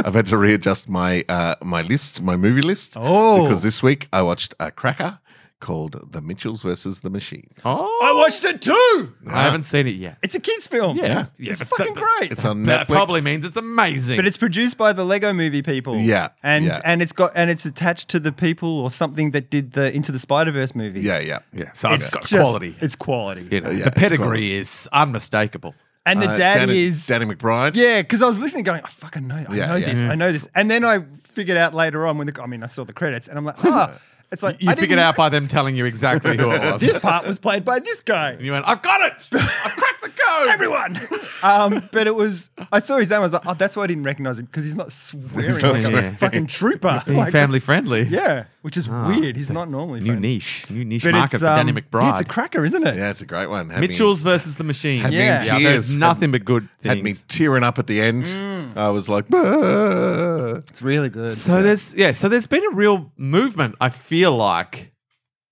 I've had to readjust my uh, my list, my movie list.
Oh.
because this week I watched a cracker called The Mitchells versus the Machines.
Oh,
I watched it too.
I haven't seen it yet.
It's a kids' film.
Yeah. Yeah,
it's
but
fucking
that-
great.
It's on
That
Netflix.
probably means it's amazing.
but it's produced by the Lego Movie people.
Yeah,
and
yeah.
and it's got and it's attached to the people or something that did the Into the Spider Verse movie.
Yeah, yeah,
yeah, so it's got
Just- Uh,
quality.
It's quality.
you know,
yeah,
the
it's
pedigree
quality.
is unmistakable.
And the
Uh,
dad
Danny,
is
Danny McBride.
Yeah, because I was listening, going, I fucking know, I
Yeah,
know
yeah.
this, I know this, and then I figured out later on when the I mean I saw the credits, and I'm like, ah, it's like
You
I
figured
didn't-
out by them telling you exactly who it was.
this part was played by this guy.
and you went, "I've got it! I've cracked the code!"
Everyone, um, but it was. I saw his name. I was like, "Oh, that's why I didn't recognize him because he's not swearing
He's not
like
swearing.
a fucking trooper."
being
Like,
family
that's-
friendly.
yeah, which is weird. He's not normally
New
friendly.
niche, new niche
But
market for
um,
Danny McBride.
Yeah, it's a cracker, isn't it?
yeah, it's a great one. Had me-
Mitchell's versus the Machines.
Had me
Yeah.
in
I've heard
tears.
nothing but good things.
had me tearing up at the end.
Mm.
I was like, "Bah."
It's really good.
So there's yeah, so there's been a real movement. I feel like,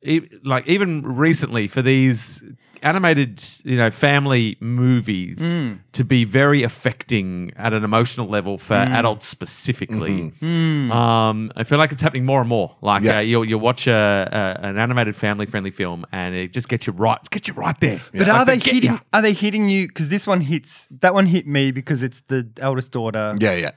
e- like even recently for these animated, you know, family movies
Hmm.
to be very affecting at an emotional level for
Hmm.
adults specifically.
Mm-hmm.
Um, I feel like it's happening more and more. Like
Yeah.
uh, you'll you watch a, a, an animated family friendly film and it just gets you right, gets you right there. Like,
But are they
get
hitting?
ya.
Are they hitting you? Because this one hits. That one hit me because it's the eldest daughter.
yeah, yeah,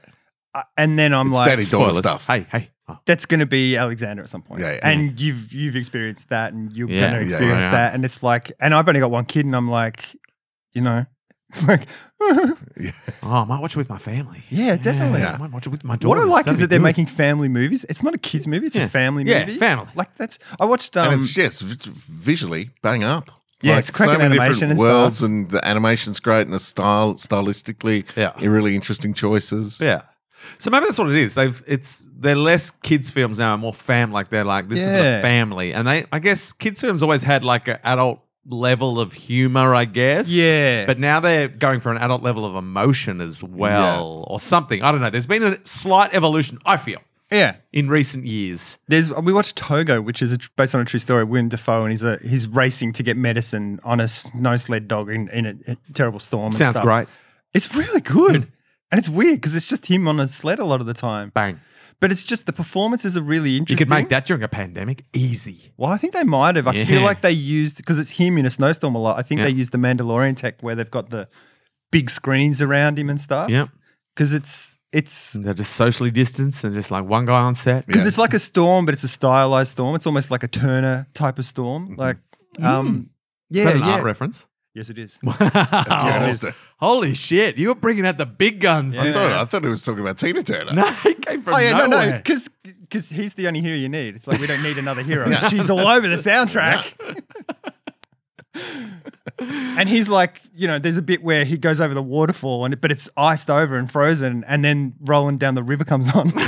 Uh, and then I'm
It's
like,
daddy daughter
Spoilers.
stuff.
Hey, hey. Oh.
that's going to be Alexander at some point.
Yeah, yeah.
And you've you've experienced that, and you're
Yeah.
going
Yeah,
to
yeah,
experience
yeah.
that, and it's like, and I've only got one kid, and I'm like, you know, like,
Oh, I might watch it with my family.
Yeah, definitely.
I might watch it with my daughter.
what I like is that they're making family movies. It's not a kids movie; it's
Yeah.
a family
Yeah,
movie.
family.
Like that's I watched. Um,
and it's just v- visually bang up.
Yeah, it's cracking animation and stuff.
worlds, and the animation's great, and the style stylistically,
Yeah.
really interesting choices.
Yeah. So maybe that's what it is. They've it's they're less kids films now and more fam like they're like this is
Yeah.
for family. And they I guess kids films always had like an adult level of humor, I guess.
yeah,
But now they're going for an adult level of emotion as well or something. I don't know. There's been a slight evolution, I feel,
yeah,
in recent years.
There's we watched Togo, which is a, tr- based on a true story. William Defoe and he's a he's racing to get medicine on a snow sled dog in, in a, a terrible storm. and
Sounds
stuff.
great.
It's really good, and it's weird because it's just him on a sled a lot of the time.
Bang.
But it's just the performances are really
You
interesting.
could make that during a pandemic. Easy.
Well, I think they might have. I feel
Yeah.
like they used because it's him in a snowstorm a lot. I think
Yeah.
they used the Mandalorian tech where they've got the big screens around him and stuff.
Yep.
because it's it's
And they're just socially distanced and just like one guy on set.
because it's like a storm, but it's a stylized storm. It's almost like a Turner type of storm. Like, um,
Is
yeah,
that an
yeah.
art reference?
Yes, it is.
Yeah,
Wow.
it is.
Holy shit. You were bringing out the big guns.
I thought I thought it was talking about Tina Turner.
No, it came from
Oh yeah, no, no,
nowhere.
because because he's the only hero you need. It's like we don't need another hero. She's all over the soundtrack. and he's like, you know, there's a bit where he goes over the waterfall, and but it's iced over and frozen, and then rolling down the river comes on.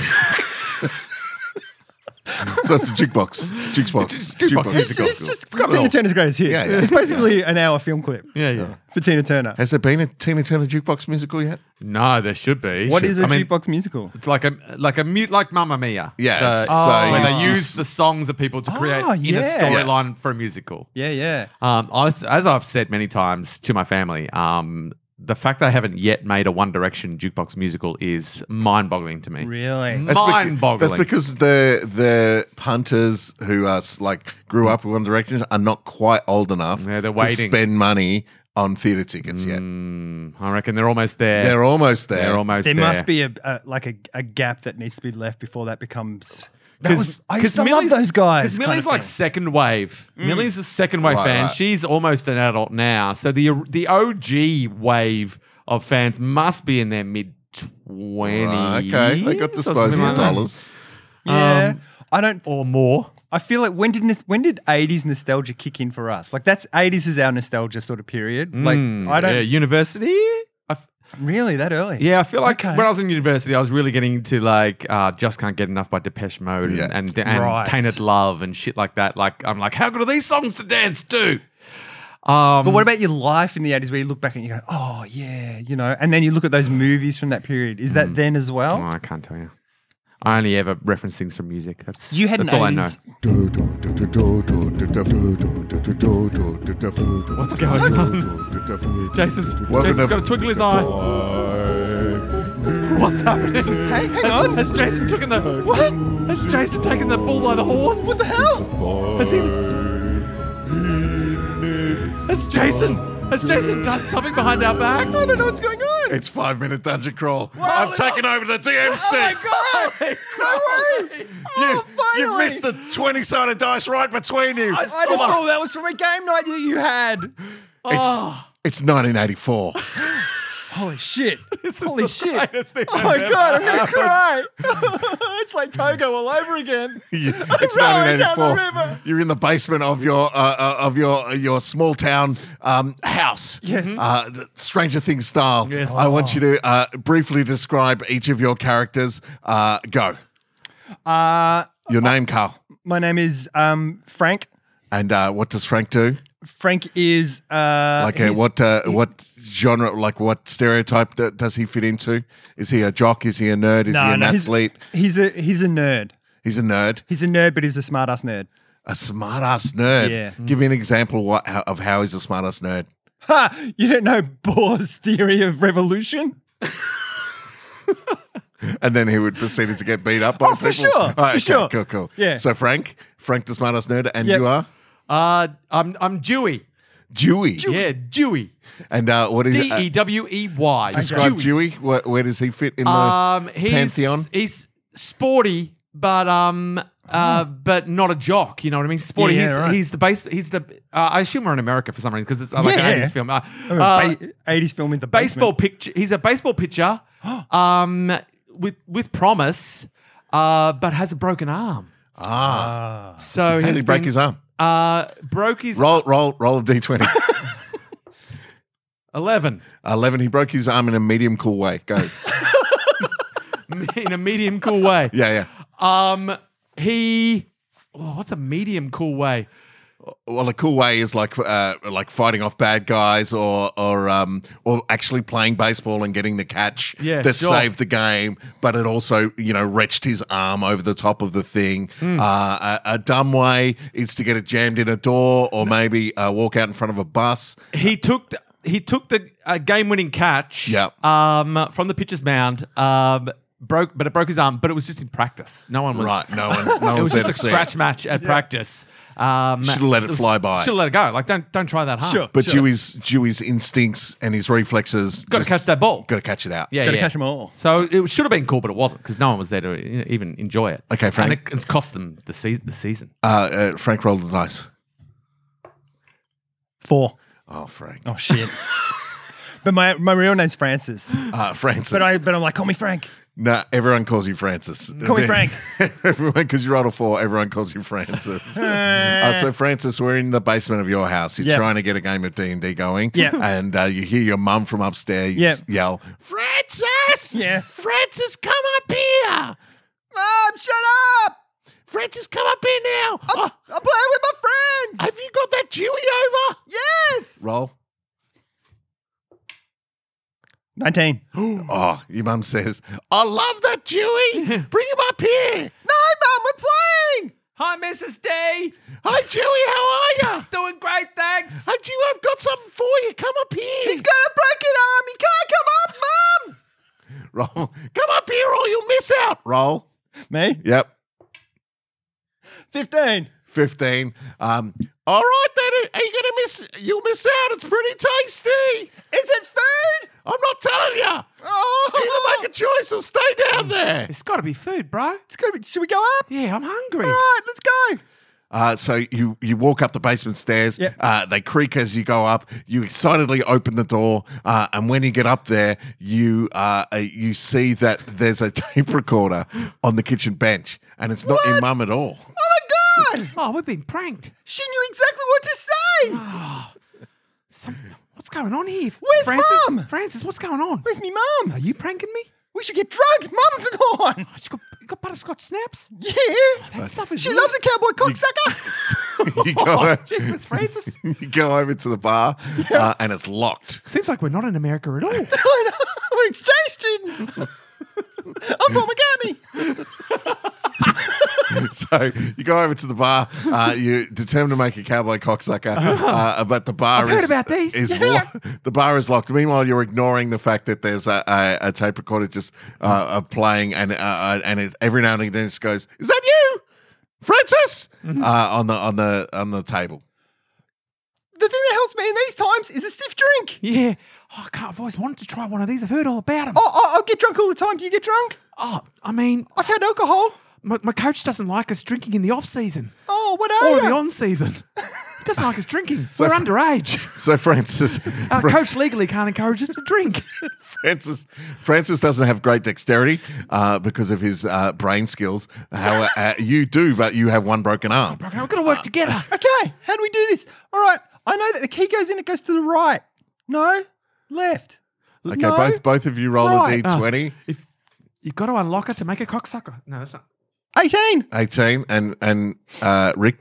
So it's a jukebox, jukebox,
jukebox
it's,
musical.
musical.
it's just
got it all.
Tina Turner's greatest hits.
Yeah, yeah.
it's basically an hour film clip
Yeah, yeah.
for Tina Turner.
Has there been a Tina Turner jukebox musical
Uh,
yet?
No, there should be.
What is a
I mean,
jukebox musical?
It's like a like a mute like Mamma Mia.
Yeah,
The-
it's- so
where
you-
they use the songs of people
Ah,
to create
Oh,
in a
yeah.
storyline for a musical.
Yeah, yeah.
Um, I was- as I've said many times to my family, um, the fact that I haven't yet made a One Direction jukebox musical is mind boggling to me. Mm.
Really?
That's beca-
Mind-boggling.
That's because the the punters who are s- like grew up with One Direction are not quite old enough
Yeah, they're
to
waiting.
spend money on theater tickets yet.
Mm, I reckon they're almost there.
They're almost there.
They're almost
There
there.
must be a, a like a, a gap that needs to be left before that becomes. That was I
'cause
used to love
Millie's-
those guys. Mm.
Because
kind
Millie's
of
like
thing.
second wave. Millie's a second wave
Right,
fan.
right.
She's almost an adult now. So the the OG wave of fans must be in their mid twenties.
Ah, okay, they got disposable dollars.
yeah.
um,
I don't.
or more.
I feel like when did nos- when did eighties nostalgia kick in for us? Like that's eighties is our nostalgia sort of period. Like
Mm,
I don't
yeah, university. I f-
really that early.
yeah, I feel like
Okay.
when I was in university, I was really getting into like uh, "Just Can't Get Enough" by Depeche Mode
Yeah.
and and, and
Right.
"Tainted Love" and shit like that. Like I'm like, how good are these songs to dance to? Um,
But what about your life in the 80s where you look back and you go, oh, yeah, you know, and then you look at those movies from that period. Is that then as well?
Oh, I can't tell you. I only ever reference things from music. That's
You had
that's
an
all I know.
80s
What's going
on?
Jason's,
Welcome
Jason's
to-
got a twinkle in his eye. What's happening? Hey, hang has, on. Has Jason taken the what? Has Jason taken the bull by the horns? What the hell? Has he? Has Jason? Has Jason done something behind our backs? I don't know.
It's five minute dungeon crawl. I've taken over the DMC.
Oh my god! Oh, No
You,
way!
you missed the 20 sided dice right between you.
I
I just
Oh.
thought that was from a game night that you had.
Oh,
It's 1984.
Holy shit.
this is
Holy
the
shit.
greatest thing
Oh
I've
my
ever
God, I'm going
heard.
to cry. it's like Togo all over again.
You- it's
rowing down the
1984.
river.
You're in the basement of your uh, uh, of your uh, your small town um, house.
Yes. Oh.
Uh, the Stranger Things style.
Yes.
I want you to uh, briefly describe each of your characters. Uh, go.
Uh,
Your name, Carl.
my name is um, Frank.
And uh, what does Frank do?
Frank is uh,
Like, uh,
he's-
what uh, what genre? Like, what stereotype d- does he fit into? Is he a jock? Is he a nerd? Is he an
he's-
athlete?
He's, a he's a nerd.
He's, a nerd.
He's a nerd, but he's a smart ass nerd.
A smart ass nerd.
Yeah.
Give me an example what, how, of how he's a smart ass nerd.
Ha! You don't know Bohr's theory of revolution?
And then he would proceed to get beat up by
Oh, for
people.
sure,
All
for
okay,
sure.
Cool, cool.
Yeah.
So Frank, Frank the smartest nerd, and
Yep.
you are
Uh, I'm I'm Dewey.
Dewey.
Yeah, Dewey.
And uh, what is
D
uh,
e w e y.
describe Dewey? Where, where does he fit in the?
Um, he's
pantheon?
he's sporty, but um, uh, but not a jock. You know what I mean? Sporty.
Yeah, yeah,
he's,
right.
he's the base. He's the. Uh, I assume we're in America for some reason because it's uh, like
Yeah,
an
yeah.
eighties film. Uh,
I mean,
uh,
ba- 80s film in the
baseball
basement.
pitcher. He's a baseball pitcher. um, with with promise, uh, but has a broken arm.
ah,
So
how did
he's
he break
been-
his arm?
Uh, broke his
Roll, roll, roll a d twenty.
eleven
Eleven. He broke his arm in a medium cool way. Go.
in a medium cool way.
Yeah, yeah.
Um, he. Oh, what's a medium cool way?
Well, a cool way is like uh, like fighting off bad guys, or or um, or actually playing baseball and getting the catch
Yeah,
that
sure.
saved the game. But it also, you know, wretched his arm over the top of the thing.
Hmm.
Uh, a, a dumb way is to get it jammed in a door, or maybe uh, walk out in front of a bus.
he took the, he took the uh, game-winning catch.
Yep.
Um, from the pitcher's mound. Um, broke, but it broke his arm. But it was just in practice. No one was
Right? No one, no
It
one's
was
there
just
to
a
see
scratch
it.
match at practice. Um,
Should've let it fly by.
Should have let it go. Like don't don't try that hard.
Sure.
But Dewey's Dewey's instincts and his reflexes
Got to catch that ball.
Got to catch it out.
Yeah,
Gotta
yeah.
catch 'em all.
So it should have been cool, but it wasn't because no one was there to you know, even enjoy it.
Okay, Frank.
And it, it's cost them the, se- the season.
Uh, uh, Frank rolled the dice.
Four.
Oh, Frank.
Oh, shit. but my, my real name's Francis.
Uh, Francis.
But, I, but I'm like, call me Frank.
No, everyone calls you Francis.
Call me Frank.
everyone, because you rolled a four, everyone calls you
Eh.
Francis. uh, so, Francis, we're in the basement of your house. You're
Yep.
trying to get a game of D and D going.
Yep.
and uh, you hear your mum from upstairs
Yep.
yell, "Francis!
Yeah.
Francis, come up here!
Mom, shut up!
Francis, come up here now! Oh,
I'm playing with my friends!
have you got that Dewey over?
yes!
Roll."
19. No,
Oh, your mum says, "I love that Dewey. Bring him up here.
Mom, we're playing!
Hi, Mrs. D.
Hi, Dewey. How are you?
Doing great, thanks.
Hey, Dewey, I've got something for you. Come up here.
He's got a broken arm! He can't come up, Mom!
Roll. Come up here or you'll miss out. Roll.
Me?
Yep.
15.
15. Um, all right, then. Are you going to miss? You'll miss out. It's pretty tasty.
Is it food?
I'm not telling you.
Oh,
Either make a choice or stay down there.
It's got to be food, bro.
it's gonna be, should we go up?
Yeah, I'm hungry.
All right, let's go.
Uh, so you you walk up the basement stairs.
Yep.
Uh, they creak as you go up. You excitedly open the door, uh, and when you get up there, you uh, uh, you see that there's a tape recorder on the kitchen bench, and it's not your mum at all.
Oh my God!
Oh, we've been pranked.
She knew exactly what to say.
Some, what's going on here?
Where's
Francis?
Mum?
Francis, what's going on?
Where's me
Are
mum?
you pranking me?
We should get drugged. Mum's gone.
I just got, got butterscotch snaps?
Yeah.
That stuff is
She
really-
loves a cowboy cocksucker.
you, go,
Oh, Jeepers, Francis.
you go over to the bar uh, and it's locked.
Seems like we're not in America at all.
I know. We're exchange students. I'm Paul McCartney.
So you go over to the bar. Uh, you determined to make a cowboy cocksucker, uh, but the bar
I've heard
is,
about these.
is
Yeah.
lo- the bar is locked. Meanwhile, you're ignoring the fact that there's a, a, a tape recorder just uh, uh, playing, and uh, uh, and it, every now and again it just goes, "Is that you, Francis?"
Mm-hmm.
Uh, on the on the on the table.
The thing that helps me in these times is a stiff drink.
yeah. Oh, I can't, I've always wanted to try one of these. I've heard all about them. Oh,
Oh, I, I get drunk all the time. Do you get drunk?
I mean,
I've had alcohol.
my, my coach doesn't like us drinking in the off season
Oh, what
or
are
the
you?
on season. He doesn't like us drinking. we're underage.
So Francis,
Our coach legally can't encourage us to drink.
Francis Francis doesn't have great dexterity uh, because of his uh, brain skills. How uh, you do, but you have one broken arm.
Okay, we're going to work together.
Okay, how do we do this? All right, I know that the key goes in, it goes to the right. No, left.
Okay,
No.
both both of you roll
Right.
a d20,
If You've got to unlock her to make a cocksucker. No, that's not.
18.
18, and and uh, Rick.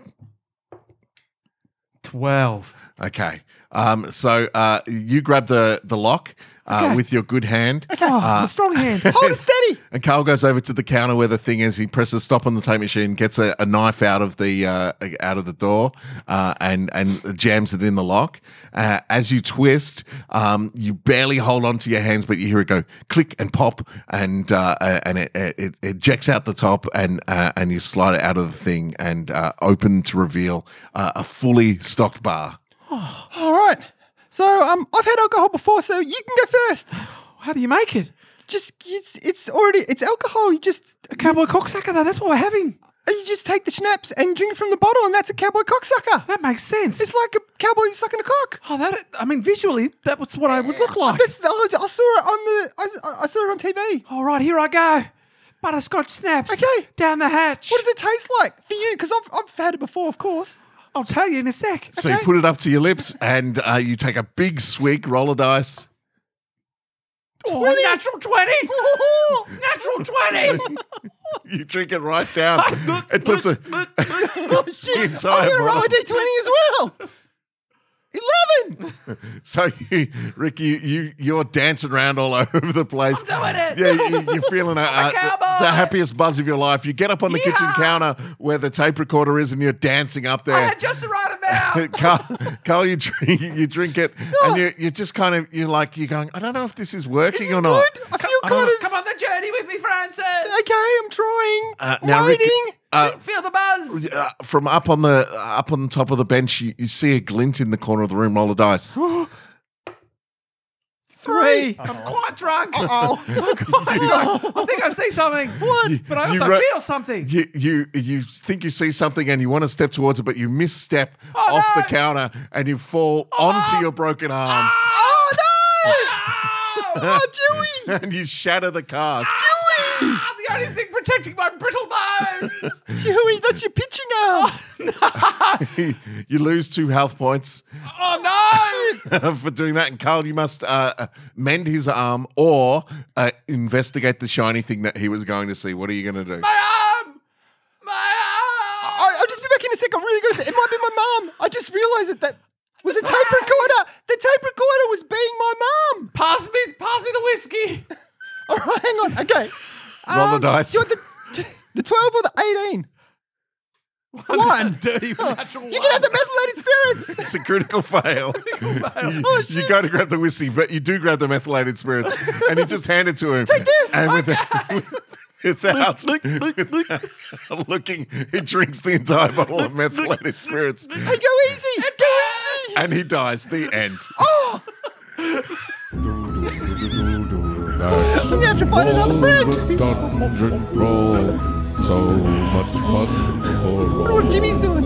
12.
Okay, um, so uh, you grab the the lock uh,
Okay.
with your good hand.
Oh,
Uh,
it's my strong hand.
Hold it steady.
And Carl goes over to the counter where the thing is. He presses stop on the tape machine, gets a, a knife out of the uh, out of the door, uh, and and jams it in the lock. Uh, as you twist, um, you barely hold on to your hands, but you hear it go click and pop, and uh, and it, it, it jacks out the top, and uh, and you slide it out of the thing and uh, open to reveal uh, a fully stocked bar.
All right. So um, I've had alcohol before, so you can go first.
How do you make it?
Just it's, it's already it's alcohol. You just
Cowboy cocksucker, though. That's what we're having.
you just take the schnapps and drink from the bottle, and that's a cowboy cocksucker.
That makes sense.
It's like a cowboy sucking a cock.
oh, that. I mean, visually, that was what I would look like.
That's I I saw it on the I, I saw it on TV.
All right, here I go. Butterscotch snaps.
Okay.
Down the hatch.
What does it taste like for you? Because I've I've had it before, of course.
I'll tell you in a sec.
So you put it up to your lips, and uh, you take a big swig, roll a dice.
Oh,
20.
natural 20.
Oh,
natural 20.
You drink it right down. It puts a
oh shit!
Entire
I'm gonna roll a
bottle.
d20 as well. Eleven.
So, you, Rick, you, you, you're dancing around all over the place.
I'm doing it.
Yeah, you, you're feeling a, uh,
cowboy.
the happiest buzz of your life. You get up on the kitchen
Yeehaw.
counter where the tape recorder is and you're dancing up there.
just the right amount.
Carl, Carl, you drink, you drink it, and you you just kind of you're like you're going. I don't know if this is working
This is
or
good.
not.
I feel kind of
on the journey with me, Francis.
okay. I'm trying.
Uh, now,
I'm
Rick-
waiting.
Uh,
Feel the buzz.
uh, from up on the up on top of the bench, you, you see a glint in the corner of the room. Roll a dice.
Three. I'm quite drunk.
Oh,
I think I see something. What? But I
You
also
ro-
feel something.
you you you think you see something and you want to step towards it, but you misstep
Oh,
off
no. Oh.
the counter and you fall onto your broken arm
oh no!
Ah,
Oh, Dewey!
and you shatter the cast.
the only thing protecting my brittle bones.
Dewey, that's your pitching arm.
you lose two health points uh,
Oh no!
for doing that. And Carl, you must uh, uh, mend his arm or uh, investigate the shiny thing that he was going to see. What are you going to do?
My arm! My arm!
I, I'll just be back in a sec. I'm really gonna say it might be my mum. I just realised that that was a tape recorder. The tape recorder was being my mum.
Pass me, pass me the whiskey.
All right, hang on. Okay. Um,
Roll the dice.
Do you want the, the 12 or the 18? One.
Dirty natural
You can have the methylated spirits.
It's a critical fail. you,
Oh,
you go to grab the whiskey, but you do grab the methylated spirits, and you just hand it to him. Take
this.
And with Without, without looking, he drinks the entire bottle of methylated spirits
Hey, go easy. Go easy.
and he dies. The end.
I'm gonna have to find another friend.
So much fun for all.
What Jimmy's doing.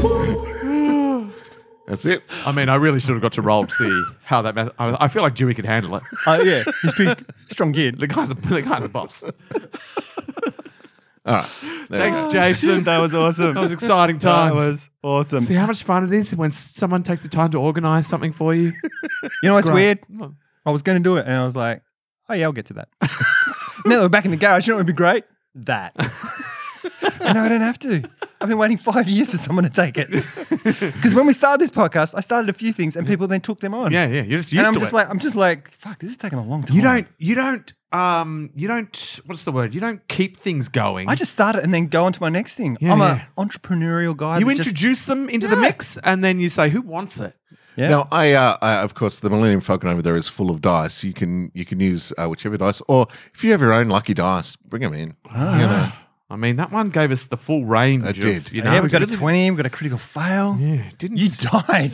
That's it.
I mean, I really should have got to roll to see how that. Math- I, I feel like Dewey could handle it.
Oh, yeah. He's pretty strong geared.
The guy's a, the guy's a boss.
All right. There you
Oh.
Thanks, Jason. That
was awesome.
was exciting times.
awesome.
See how much fun it is when s- someone takes the time to organise something for you.
You know what's weird?
Great.
I was going to do it, and I was like, "Oh yeah, I'll get to that." now that we're back in the garage, you know what would be great? That. and I don't have to. I've been waiting five years for someone to take it. Because when we started this podcast, I started a few things and people then took them on.
Yeah, yeah. You're just
And
used
I'm
to
just
it.
like, I'm just like, fuck, this is taking a long time.
you don't. You don't. Um. You don't. What's the word? You don't keep things going.
I just start it and then go on to my next thing.
Yeah,
I'm
yeah.
an entrepreneurial guy.
you
that just-
introduce them into the
Yeah.
mix, and then you say, "Who wants it?"
Yeah.
Now, I, uh, I of course the Millennium Falcon over there is full of dice. You can you can use uh, whichever dice, or if you have your own lucky dice, bring them in. You know,
I mean, that one gave us the full range.
It
of,
did.
You know,
Ah. yeah, we've got a
Didn't-
20, we've got a critical fail.
Yeah, it didn't
You
s-
died.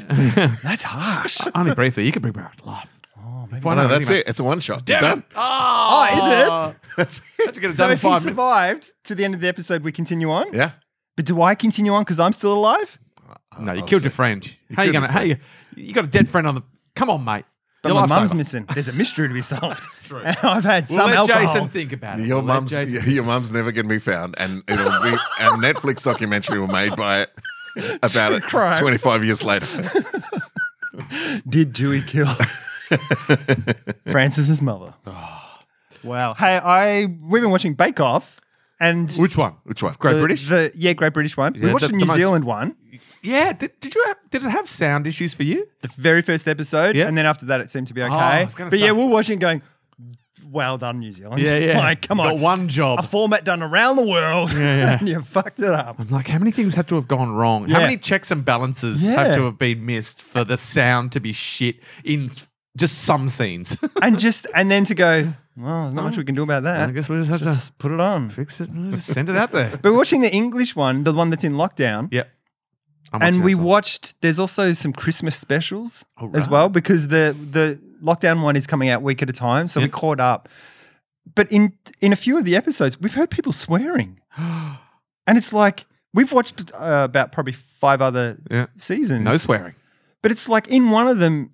That's harsh.
only briefly. You can bring back life.
Oh, maybe
Why
no,
not?
that's
Anyway.
it. It's a one shot.
Damn
Done.
it. Oh,
is
it? That's That's gonna
So
done in
if he
five minutes.
survived to the end of the episode, we continue on.
Yeah.
But do I continue on because I'm still alive?
No, you
I'll
killed
say-
your friend. Oh, how you
killed
gonna?
your
How you? You got a dead friend on the. Come on, mate.
But
Your
my
life's
mum's
over.
missing. There's a mystery to be solved.
true.
And I've had
We'll
some
let
alcohol.
Jason think about it.
Your
We'll let
mum's
Jason-
your mum's never going to be found, and it'll be a Netflix documentary will made by it about it
crime.
twenty five years later.
Did Dewey kill Francis's mother?
Oh.
Wow. Hey, I we've been watching Bake Off, and
Which one?
Which one?
Great
the-
British.
the- yeah, Great British one. we
Yeah,
watched
the-
the,
the
New
most-
Zealand one,
yeah. Did, did you? Have, did it have sound issues for you?
the very first episode,
Yeah. Oh,
and then after that, it seemed to be okay.
I was gonna
but yeah,
say-
we're watching, it going, well done, New Zealand. like, come
Got
on,
one
a
job.
format done around the world,
yeah.
and you fucked it up.
Like, how many things had to have gone wrong? How
Yeah.
many checks and balances
Yeah.
have to have been missed for the sound to be shit in just some scenes?
and just and then to go, well, there's not much we can do about
I
that.
guess we just have to
Just put it on.
fix it. and just Send it out there.
But we're watching the English one, the one that's in lockdown.
Yep. I'm watching
And we
that as well.
watched. There's also some Christmas specials
Oh,
as
right.
well because the the lockdown one is coming out week at a time, so we
Yep.
caught up. But in in a few of the episodes, we've heard people swearing, and it's like we've watched uh, about probably five other
Yeah.
seasons.
No swearing.
But it's like in one of them,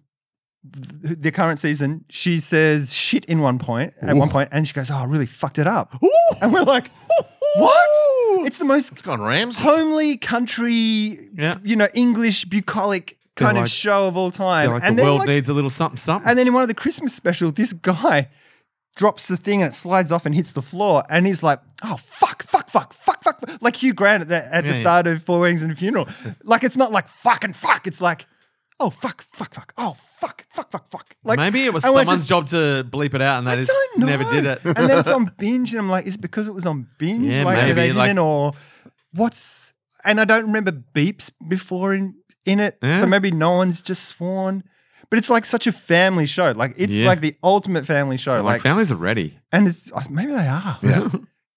th- the current season, she says shit in one point at one
Ooh.
point, and she goes, "Oh, I really fucked it up,"
Ooh.
and we're like, "What?" It's the most
It's gone Rams.
homely country,
Yeah.
you know, English bucolic
They're
kind
like-
of show of all time.
Yeah, like
and
the
then
world
like-
needs a little something, something.
and then in one of the Christmas special, this guy drops the thing and it slides off and hits the floor, and he's like, "Oh fuck, fuck, fuck, fuck, fuck," like Hugh Grant at the, at the
Yeah, yeah.
start of Four Weddings and a Funeral. like it's not like fucking fuck. It's like, oh fuck, fuck, fuck, oh fuck, fuck, fuck, fuck. Like
Maybe it was
and we're
someone's
just-
job to bleep it out, and
I
they just
don't know.
never did it.
and then it's on binge, and I'm like, is it because it was on binge?
Yeah,
like
maybe,
they didn't,
like-
or what's? And I don't remember beeps before in in it,
Yeah.
so maybe no one's just sworn. But it's like such a family show. Like it's
Yeah.
like the ultimate family show.
like,
Like,
families are ready.
and it's oh, maybe they are.
Yeah.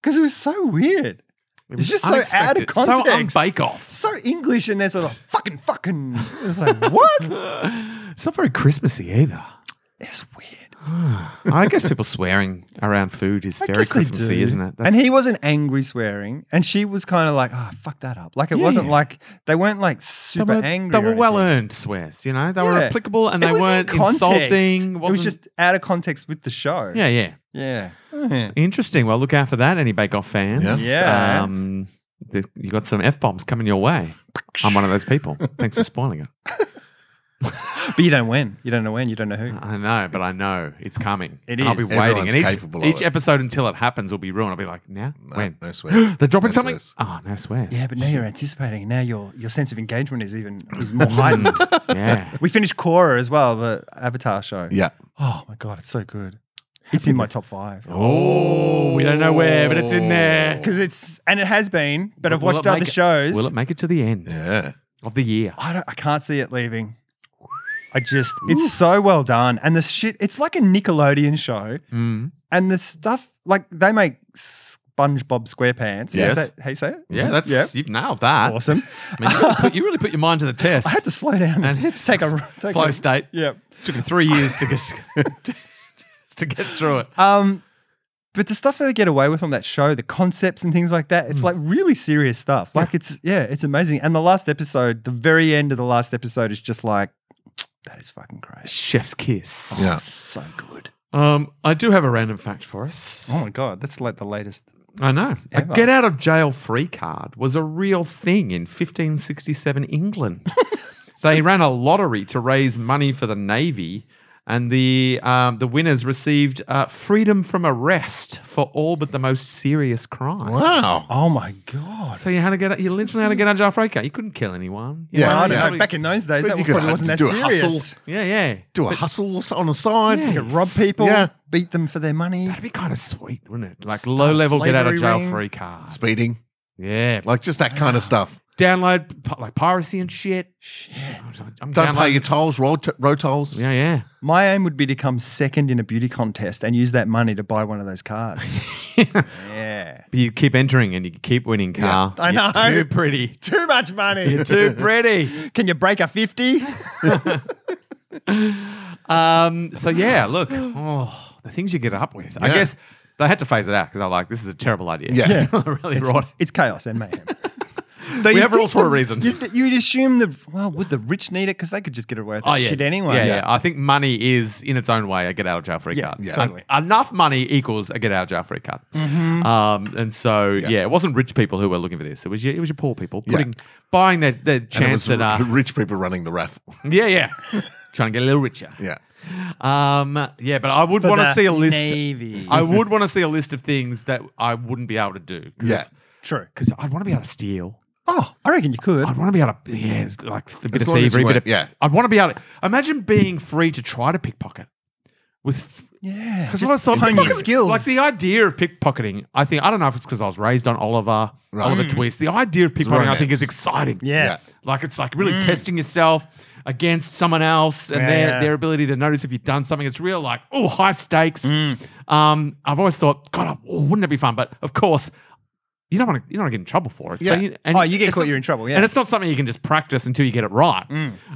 because it was so weird,
It
It's
was
just so out of
unexpected, So on
context.
Bake Off.
so English, and they're sort of fucking fucking. It was like what?
it's not very Christmassy either.
It's weird.
I guess people swearing around food is
I
very
guess they
Christmassy,
do.
isn't it?
and he wasn't angry swearing, and she was kind of like, "Ah, fuck that up." Like it wasn't
Yeah.
like they weren't like
they
super
were,
angry.
They
or
were well
anything.
earned swears, you know. They were
Yeah.
applicable and
It
they
was in
weren't
context.
insulting.
It was
wasn't-
just out of context with the show.
yeah, yeah.
yeah,
Interesting. Well, look out for that, any Bake Off fans.
Yeah. Yeah.
Um, the, you got some f bombs coming your way. I'm one of those people. Thanks for spoiling it.
But you don't win. You don't know when. You don't know who.
I know, but I know it's coming.
It
And I'll be
is.
waiting.
Everyone's
and each,
capable of
each
it.
episode until it happens will be ruined. I'll be like, now?
No,
when?
no swears.
They're dropping
No
something?
swears.
Oh, no swears.
Yeah, but now you're anticipating. Now your your sense of engagement is even is more heightened.
yeah.
we finished Cora as well, the Avatar show.
Yeah.
Oh my god, it's so good. It's in my top five.
Oh, we don't know where, but it's in there.
Because it's and it has been, but I've
Will it
watched other
make it-
shows.
Will it make it to the end
Yeah.
of the year?
I don't. I can't see it leaving. I just. It's so well done, and the shit. It's like a Nickelodeon show.
Mm.
And the stuff like they make SpongeBob SquarePants.
Yes.
Is that how you say it?
Yeah, that's you've nailed that.
Mm-hmm. awesome.
I mean, you really, put, you really put your mind to the test.
I had to slow down
and
and
it's
take a take
flow
a,
state.
Yeah.
Took him three years to get to get through it.
Um, but the stuff that they get away with on that show, the concepts and things like that,
Hmm.
it's like really serious stuff. Like it's yeah, it's amazing. And the last episode, the very end of the last episode, is just like that is fucking great.
Chef's kiss.
Yeah.
So good.
Um, I do have a random fact for us.
Oh my god, that's like the latest.
I know.
Ever.
A get out of jail free card was a real thing in 1567 England. they ran a lottery to raise money for the Navy. and the um, the winners received uh, freedom from arrest for all but the most serious crimes.
Wow.
Oh my god.
So you had to get you literally had to get out of jail for eight. You couldn't kill anyone. You
Yeah,
know,
Well, I
you
don't
probably-
know. Back in those days,
But
that
you could
probably wasn't that
do a hustle.
serious.
yeah, yeah.
Do a hustle on the side.
Yeah.
You could rob people,
Yeah.
beat them for their money.
That'd be kind of sweet, wouldn't it? Like
Start
low level get out of
slavery
jail
ring.
free card.
Speeding.
Yeah,
Like just that kind of stuff.
download pi- like piracy and shit. Shit, I'm
Don't pay
downloading-
your tolls, road, t- road tolls.
Yeah, yeah.
My aim would be to come second in a beauty contest and use that money to buy one of those cards. yeah.
But you keep entering and you keep winning, Carl.
I know.
You're too pretty.
Too much money.
You're too pretty.
Can you break a 50?
Um, so yeah, look, oh, the things you get up with. I
Yeah.
guess they had to phase it out because I'm like, this is a terrible idea.
Yeah.
really
It's,
right.
it's chaos and mayhem. Though
We
you'd
have rules
think
for a
the-
reason.
You'd, you'd assume the well, would the rich need it because they could just get away with that shit anyway.
Oh, Yeah, yeah, I think money is in its own way a get out of jail free
Yeah,
card.
yeah.
So Enough money equals a get out of jail free card.
Mm-hmm.
Um, and so yeah. it wasn't rich people who were looking for this. It was your, it was your poor people
Yeah.
putting buying their, their
And it
chance
was
at
r-
uh,
rich people running the raffle.
yeah, yeah, trying to get a little richer.
Yeah.
Um, yeah, but I would
For
want to
the
see a list.
Navy.
I would want to see a list of things that I wouldn't be able to do.
Yeah.
True.
because I'd want to be able to steal.
Oh, I reckon you could.
I'd want to be able to, yeah, like a bit
As
of
long as you
thievery, bit
weren't-
of,
yeah.
I'd want to be able to imagine being free to try to pickpocket with
yeah.
because
just
I thought
hone your
pickpocket-
skills.
Like the idea of pickpocketing, I think I don't know if it's because I was raised on Oliver,
Right. Mm.
Oliver Twist. The idea of pickpocketing, I
romance.
think,
Mm.
is exciting.
yeah.
Like it's like really testing yourself against someone else and
Yeah,
their,
yeah.
their ability to notice if you've done something. It's real like, oh, high stakes.
Mm.
Um, I've always thought, God, oh, wouldn't it be fun? But of course, you don't want to you don't want to get in trouble for it.
Yeah.
So you, and
Oh, you get
it's
caught,
not-
you're in trouble, yeah.
And it's not something you can just practice until you get it right.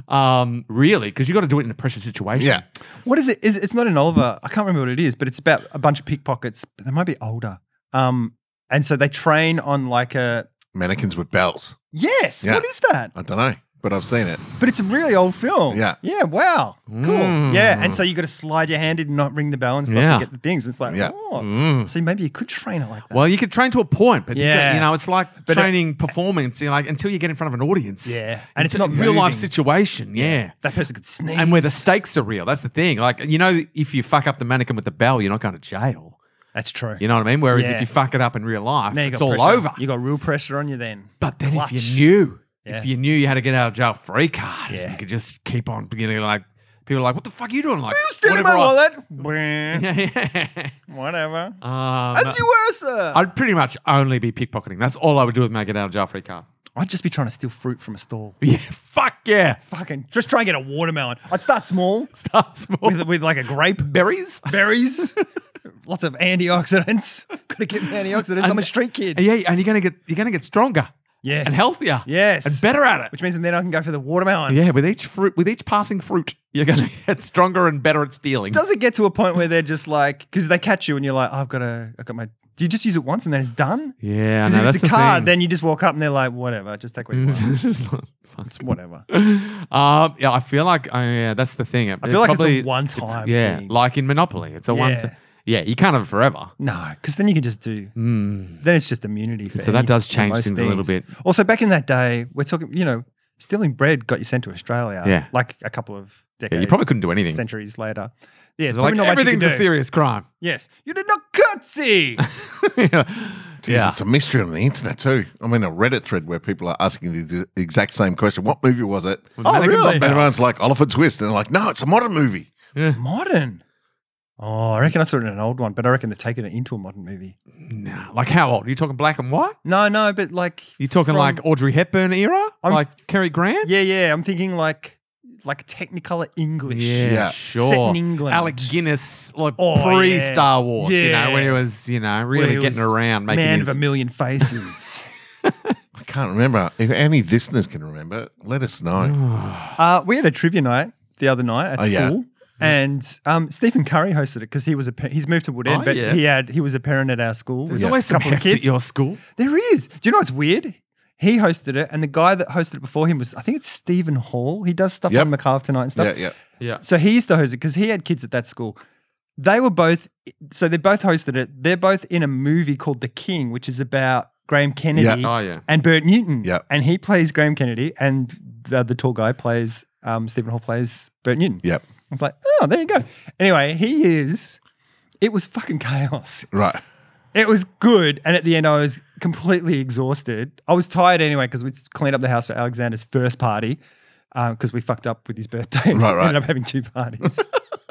Um, really, because you got to do it in a pressure situation.
Yeah.
What is it? Is it- it's not an Oliver? I can't remember what it is, but it's about a bunch of pickpockets. But they might be older. Um, and so they train on like a
Mannequins with bells.
yes.
Yeah.
What is that?
I don't know, but I've seen it.
But it's a really old film.
Yeah.
Yeah. Wow. Cool.
Mm.
Yeah. And so you got to slide your hand in, and not ring the bell, and stuff
Yeah.
to get the things. It's like,
Yeah.
oh.
Mm.
So maybe you could train it like that.
Well, you could train to a point, but you,
Yeah.
got- you know, it's like
But it-
training performance. You know, like until you get in front of an audience.
Yeah. And it's
a
not
real life
moving.
situation. Yeah.
that person could sneeze.
And where the stakes are real. That's the thing. Like, you know, if you fuck up the mannequin with the bell, you're not going to jail.
That's true.
You know what I mean? Whereas
Yeah.
if you fuck it up in real life,
Now you
it's
got
all
pressure.
over.
You got real pressure on you then.
But then if
Clutch.
you knew,
Yeah.
if you knew you had to get out of jail free card,
Yeah.
you could just keep on beginning like, people are like, what the fuck are you doing? Like,
You stealing my
whatever I-
wallet? Yeah.
Yeah, yeah.
Whatever.
Um,
As you were, sir. I'd,
I'd pretty much only be pickpocketing. That's all I would do with my get out of jail free card.
just be trying to steal fruit from a stall.
Yeah, fuck yeah.
Fucking just try and get a watermelon. I'd start small
Start small.
with, with like a grape,
berries.
berries, lots of antioxidants. Gotta get my antioxidants. I'm a
And-
street kid.
And yeah, and you're gonna get you're gonna get stronger.
Yes.
And healthier.
Yes.
And better at it.
Which means then I can go for the watermelon.
yeah, with each fruit with each passing fruit, you're gonna get stronger and better at stealing.
Does it get to a point where they're just like, because they catch you and you're like, oh, I've got to, I've got my, do you just use it once and then it's done?
yeah,
Because
no,
if
that's
it's a
the
card,
thing.
then you just walk up and they're like, whatever, just take what you want.
It's just like, fuck.
it's whatever.
um, yeah, I feel like uh, yeah, that's the thing.
I feel like it's a one-time
yeah,
thing.
like in Monopoly, it's a
Yeah.
one. time yeah, you can't have it forever. Hmm.
No, because then you can just do. Then it's just immunity. For
So that does
anything, for
change
most
things a little
things.
bit.
Also, back in that day, we're talking. You know, stealing bread got you sent to Australia.
Yeah.
like a couple of decades.
probably couldn't do anything.
Centuries later. Yeah, it's
They're Like
probably not much you can
everything's a
do.
serious crime.
Yes, you did not curtsy.
yeah.
Jeez, It's a mystery on the internet, too. I'm in a Reddit thread where people are asking the d- exact same question What movie was it?
With mannequins
really?
on
And
bells.
everyone's like, Oliver Twist. And they're like, no, it's a modern movie.
modern. Oh, I reckon I saw it in an old one, but I reckon they're taking it into a modern movie.
Nah, like how old? Are you talking black and white?
No, no, but like
You talking
from-
like Audrey Hepburn era?
I'm-
like Cary Grant?
yeah, yeah. I'm thinking like like Technicolor English.
Yeah,
Yeah.
sure.
Set in England.
Alec Guinness, like
Oh,
pre
yeah.
Star Wars, you know, when he
Yeah.
was, you know,
where
really
he
getting
was
around, making
man
his.
of a million faces.
I can't remember. If any listeners can remember, let us know.
Uh, we had a trivia night the other night at
Oh,
school.
yeah.
Mm-hmm.
And um, Stephen Curry hosted it because he was a pa- he's moved to Wood End,
Oh,
but
yes.
he had he was a parent at our school.
There's
with
always
a
some
couple of
heft at
kids.
your school.
there is. Do you know what's weird? He hosted it, and the guy that hosted it before him was I think it's Stephen Hall. He does stuff
Yep.
on McCarve tonight and stuff.
Yeah, yeah.
Yeah.
So he used to host it because he had kids at that school. They were both, so they both hosted it. They're both in a movie called The King, which is about Graham Kennedy
Oh, yeah.
and Bert Newton.
Yeah.
And he plays Graham Kennedy, and the, the tall guy plays, um, Stephen Hall plays Bert Newton.
Yep.
was like, oh, there you go. Anyway, he is. It was fucking chaos.
Right.
It was good, and at the end, I was completely exhausted. I was tired anyway because we cleaned up the house for Alexander's first party because we fucked up with his birthday. and
Right, right.
Ended up having two parties.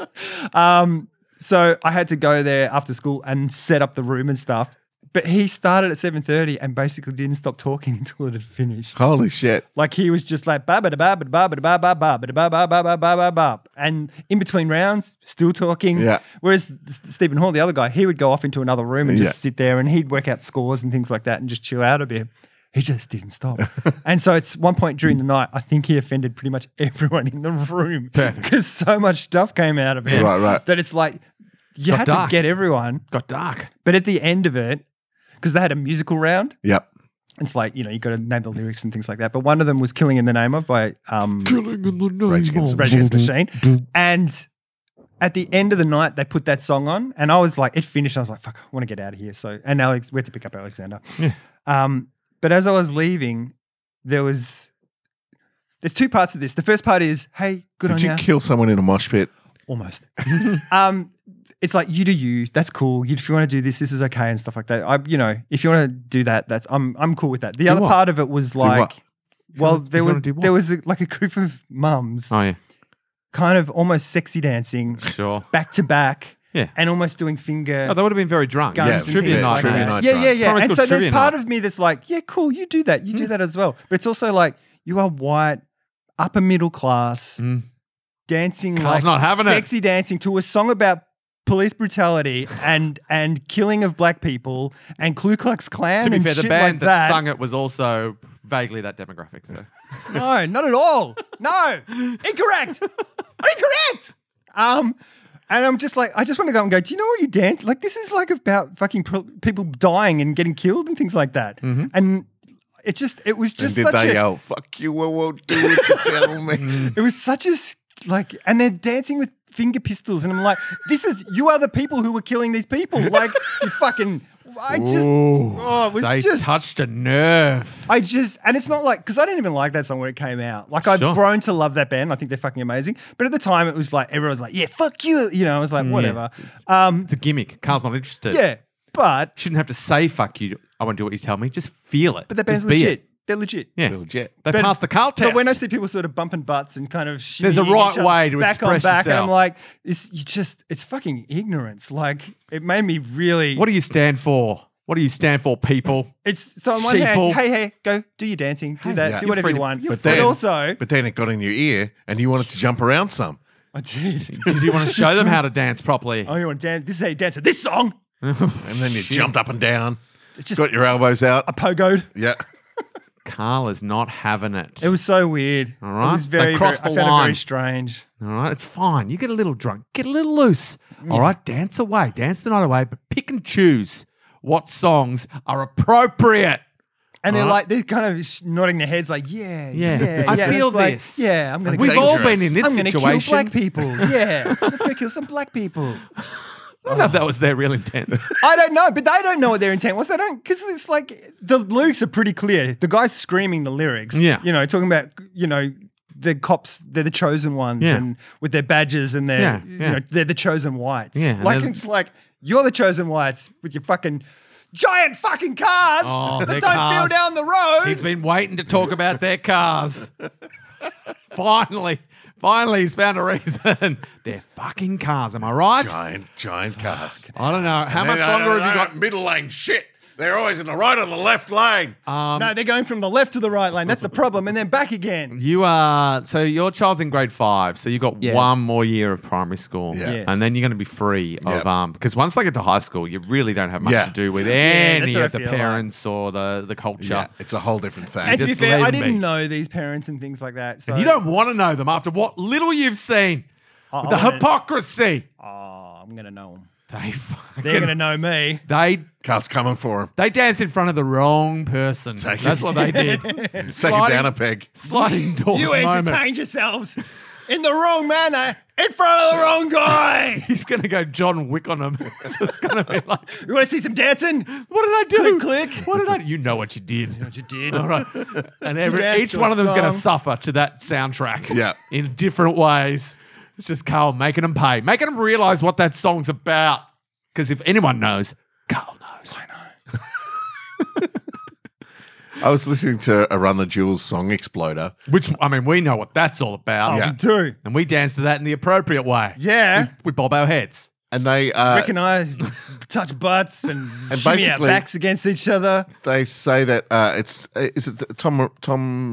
um, so I had to go there after school and set up the room and stuff. But he started at seven thirty and basically didn't stop talking until it had finished.
Holy shit.
Like he was just like ba ba da ba ba da ba ba ba ba ba da ba ba ba ba ba ba ba, and in between rounds, still talking.
Yeah.
Whereas S- Stephen Hall, the other guy, he would go off into another room and just
Yeah.
sit there, and he'd work out scores and things like that, and just chill out a bit. He just didn't stop. and so it's one point during the night, I think he offended pretty much everyone in the room because so much stuff came out of him.
Right, right.
That it's like you
Got
had
dark.
to get everyone,
Got dark.
but at the end of it, because they had a musical round
Yep.
it's like you know you got to name the lyrics and things like that. But one of them was "Killing in the Name of" by um,
Rage against
Rage Against the Machine, and at the end of the night they put that song on, and I was like, it finished. And I was like, fuck, I want to get out of here. So and Alex, we had to pick up Alexander.
Yeah.
Um, but as I was leaving, there was there's two parts of this. The first part is, hey, good
Did
on
you
ya.
kill someone in a mosh pit?
almost. um, it's like you do you. That's cool. You, if you want to do this, this is okay and stuff like that. I, you know, if you want to do that, that's I'm I'm cool with that. The other
what?
part of it was
what?
like, well,
wanna- if
there
you
were
wanna do what?
there was a, like a group of mums,
Oh yeah,
kind of almost sexy dancing
sure.
back to back,
Yeah.
and almost doing finger.
Oh, they would have been very drunk.
Guns
Yeah,
and
trivia
things
night.
like
Trivia
that.
night.
Yeah,
right.
yeah, yeah.
Primary
And so
school
there's
trivia
part
night. Mm.
of me that's like, yeah, cool, you do that, you do that as well. But it's also like you are white, upper middle class,
Mm.
dancing
Carl's
like
not having it.
sexy dancing to a song about police brutality and and killing of black people and Ku Klux Klan
To be
and
fair, the
shit
band
like
that,
that.
sung it was also vaguely that demographic. So
No, not at all. No, incorrect. incorrect. Um, and I'm just like, I just want to go and go. Do you know what you dance? Like, this is like about fucking pro- people dying and getting killed and things like that. And it just, it was
Mm-hmm. And
just
did
such
they uh,
a, Mm.
yell, fuck you, I won't do what you tell me?
it was such a s- like, and they're dancing with finger pistols, and I'm like, this is you are the people who were killing these people. Like, you fucking, I just, oh, it was
they
just
touched a nerve.
I just, and it's not like, because I didn't even like that song when it came out. Like, I've
Sure.
grown to love that band. I think they're fucking amazing. But at the time, it was like, everyone was like, yeah, fuck you. You know, I was
Mm,
like, whatever. Um,
It's a gimmick. Carl's not interested.
yeah, but,
Shouldn't have to say fuck you. I won't do what you tell me. Just feel it.
but that band's
Just be
legit.
It.
They're legit.
Yeah.
Legit.
They
But-
passed the Carl test.
But when I see people sort of bumping butts and kind of
There's a
shimmying
right
each other
way to
back on
express
back, and I'm
yourself.
like, it's you just it's fucking ignorance. Like it made me really.
what do you stand for? What do you stand for, people?
It's so on one hand,
Sheeple.
hey, hey, go do your dancing, do that,
yeah.
do
You're
whatever
free
you
to-
want.
you're
But,
But then,
also,
but then it got in your ear and you wanted to jump around some.
I did.
Do you want to show them how to dance properly?
Oh, you want to dance? This is how you dance to this song.
And then you jumped up and down,
It's just
got your elbows out.
a pogoed.
Yeah.
Carl is not having it.
It was so weird.
All right.
It was
They
very, very I
crossed the
found it very
line.
strange.
All right, it's fine. You get a little drunk, get a little loose. All right, dance away, dance the night away, but pick and choose what songs are appropriate.
And they're
All right.
like, they're kind of sh- nodding their heads like, yeah, yeah,
Yeah.
yeah.
I
And
feel
it's like,
this.
yeah, I'm going
And
to
we've
go-
all been in this
I'm gonna kill
situation.
black people. Yeah. Let's go kill some black people.
I don't know if that was their real intent.
I don't know, but they don't know what their intent was. They don't, because it's like the lyrics are pretty clear. The guy's screaming the lyrics.
Yeah.
You know, talking about, you know, the cops, they're the chosen ones
Yeah.
and with their badges and their,
Yeah, yeah.
you know, they're the chosen whites.
Yeah, and
Like,
they're-
it's like, you're the chosen whites with your fucking giant fucking cars
Oh,
that
their
don't
cars.
feel down the road.
he's been waiting to talk about their cars. finally, finally, he's found a reason. They're fucking cars. Am I right?
Giant, giant cars.
I don't know. How much
They
uh,
don't-
longer
they
have you
don't Middle lane shit. They're always in the right or the left lane.
got? Um,
no, they're going from the left to the right lane. That's the problem. And then back again.
you are so your child's in grade five, so you got
Yeah.
one more year of primary school.
Yeah.
Yes.
And then you're going to be free
Yep.
of um because once they get to high school, you really don't have much
Yeah.
to do with
that's
any
what I
of the
feel like.
parents or the the culture.
yeah, it's a whole different thing.
And to be
just
fair,
leave
I
them
didn't
be.
know these parents and things like that. So
And you don't want to know them after what little you've seen.
I-
with
I
the
wanna-
hypocrisy.
Oh, I'm gonna know them.
They
They're
fucking,
gonna know me.
they
Car's coming for him.
they danced in front of the wrong person.
Take
That's
it.
what they did.
Take it
Sliding-
down a peg.
Sliding doors
You
moment.
entertained yourselves in the wrong manner in front of the wrong guy.
He's gonna go John Wick on him. It's just gonna be like,
You want to see some dancing?
what did I do?
Click, click.
What did I? You know what you did.
What you did.
All right. And every,
Yes,
each
your
one of them's going to
song.
suffer to that soundtrack
Yeah.
in different ways. It's just Carl making them pay, making them realize what that song's about. Because if anyone knows, Carl knows. I know.
I was listening to a Run the Jewels song Exploder.
Which, I mean, we know what that's all about.
Yeah.
We do.
And we dance to that in the appropriate way.
Oh, Yeah.
We bob our heads.
And they uh,
Rick and I touch butts and,
And
shimmy our
basically-
backs against each other.
they say that uh, it's uh, is it Tom Tom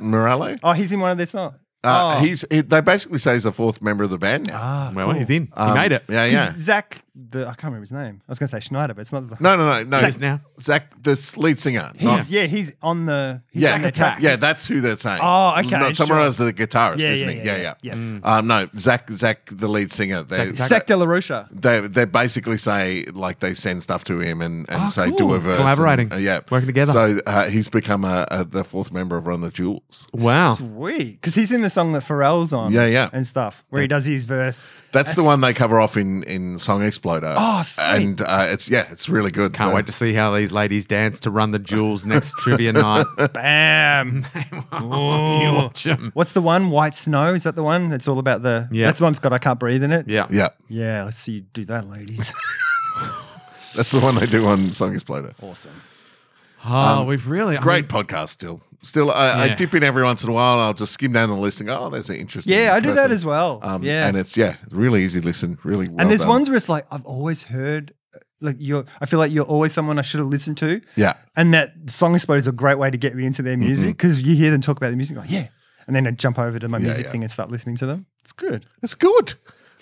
Morello Morello.
Oh, he's in one of their songs.
Uh,
oh.
He's he, they basically say he's the fourth member of the band now.
Ah,
well,
cool.
he's in.
Um,
he made it.
Yeah,
'Cause
yeah.
Zach, the, I can't remember his name. I was going to say Schneider, but it's not Zach.
No, no, no, no.
Zach now?
Zach, the s- lead singer. not-
He's, yeah, he's on the. He's
yeah,
on the track.
yeah. That's who they're saying.
Oh, okay,
No, Tom
sure.
Morello's the guitarist,
Yeah,
isn't
yeah,
he?
yeah,
Yeah,
yeah,
yeah.
yeah. Mm.
Um, no, Zach, Zach, the lead singer. They,
Zach-
Zach De La Rocha.
they they basically say like they send stuff to him and, and
Oh,
say
cool.
do a verse.
Collaborating.
and, uh, yeah,
Working together.
So uh, he's become a, a, the fourth member of Run the Jewels.
Wow.
Sweet. Because he's in the song that Pharrell's on.
Yeah, yeah.
And stuff, where he does his verse.
That's, the one they cover off in, in Song Exploder.
Oh, sweet.
And uh, it's yeah, it's really good.
Can't
Uh,
wait to see how these ladies dance to run the jewels next trivia night.
Bam.
you watch 'em.
What's the one? White Snow? Is that the one? That's all about the.
Yeah.
That's the one's got I Can't Breathe in it.
Yeah.
Yeah,
Yeah, let's see you do that, ladies.
that's the one they do on Song Exploder.
awesome.
Oh,
um,
we've really I
Great
mean,
podcast. Still, still, I,
Yeah.
I dip in every once in a while. and I'll just skim down the list and go, oh, there's an interesting.
Yeah, I do that
person."
as well.
Um,
yeah.
and it's yeah, really easy to listen. Really, well
and there's
done.
ones where it's like I've always heard, like you're. I feel like you're always someone I should have listened to.
Yeah.
And that song explode is a great way to get me into their
Mm-hmm.
music because you hear them talk about the music, like yeah, and then I jump over to my music
yeah.
thing and start listening to them. It's good.
It's good.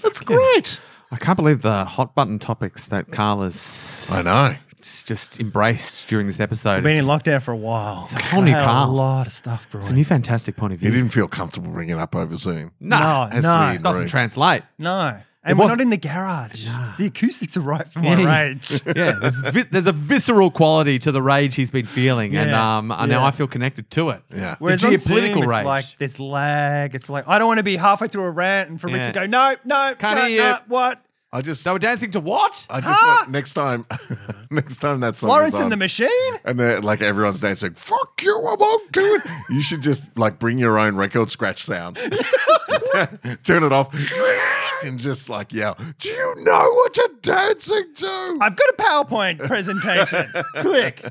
That's great.
I can't believe the hot button topics that Carl has
I know.
just embraced during this episode.
I've been in
It's-
lockdown for a while. It's
a whole new
A
Carl.
lot of stuff, bro.
It's a new fantastic point of
You
view.
didn't feel comfortable bringing it up over Zoom.
no,
no,
Has to be
no,
in
doesn't
room.
translate.
no. And we're
wasn't-
not in the garage. The acoustics are right for
Yeah.
my rage.
Yeah, there's, vi- there's a visceral quality to the rage he's been feeling, and
Yeah,
um, and now
yeah.
I feel connected to it.
Yeah.
Whereas
The
on
geopolitical
Zoom, it's
rage.
like there's lag. It's like I don't want to be halfway through a rant and for Rick
Yeah.
to go, no, no, can't,
hear you."
no, what?
I just.
They were dancing to what?
I just want- next time, next time that song.
Lawrence
is on,
and Ah! the Machine.
And they're like everyone's dancing, fuck you, I won't do it. You should just like bring your own record scratch sound. Turn it off and just like yell, Do you know what you're dancing to?
I've got a PowerPoint presentation. Click.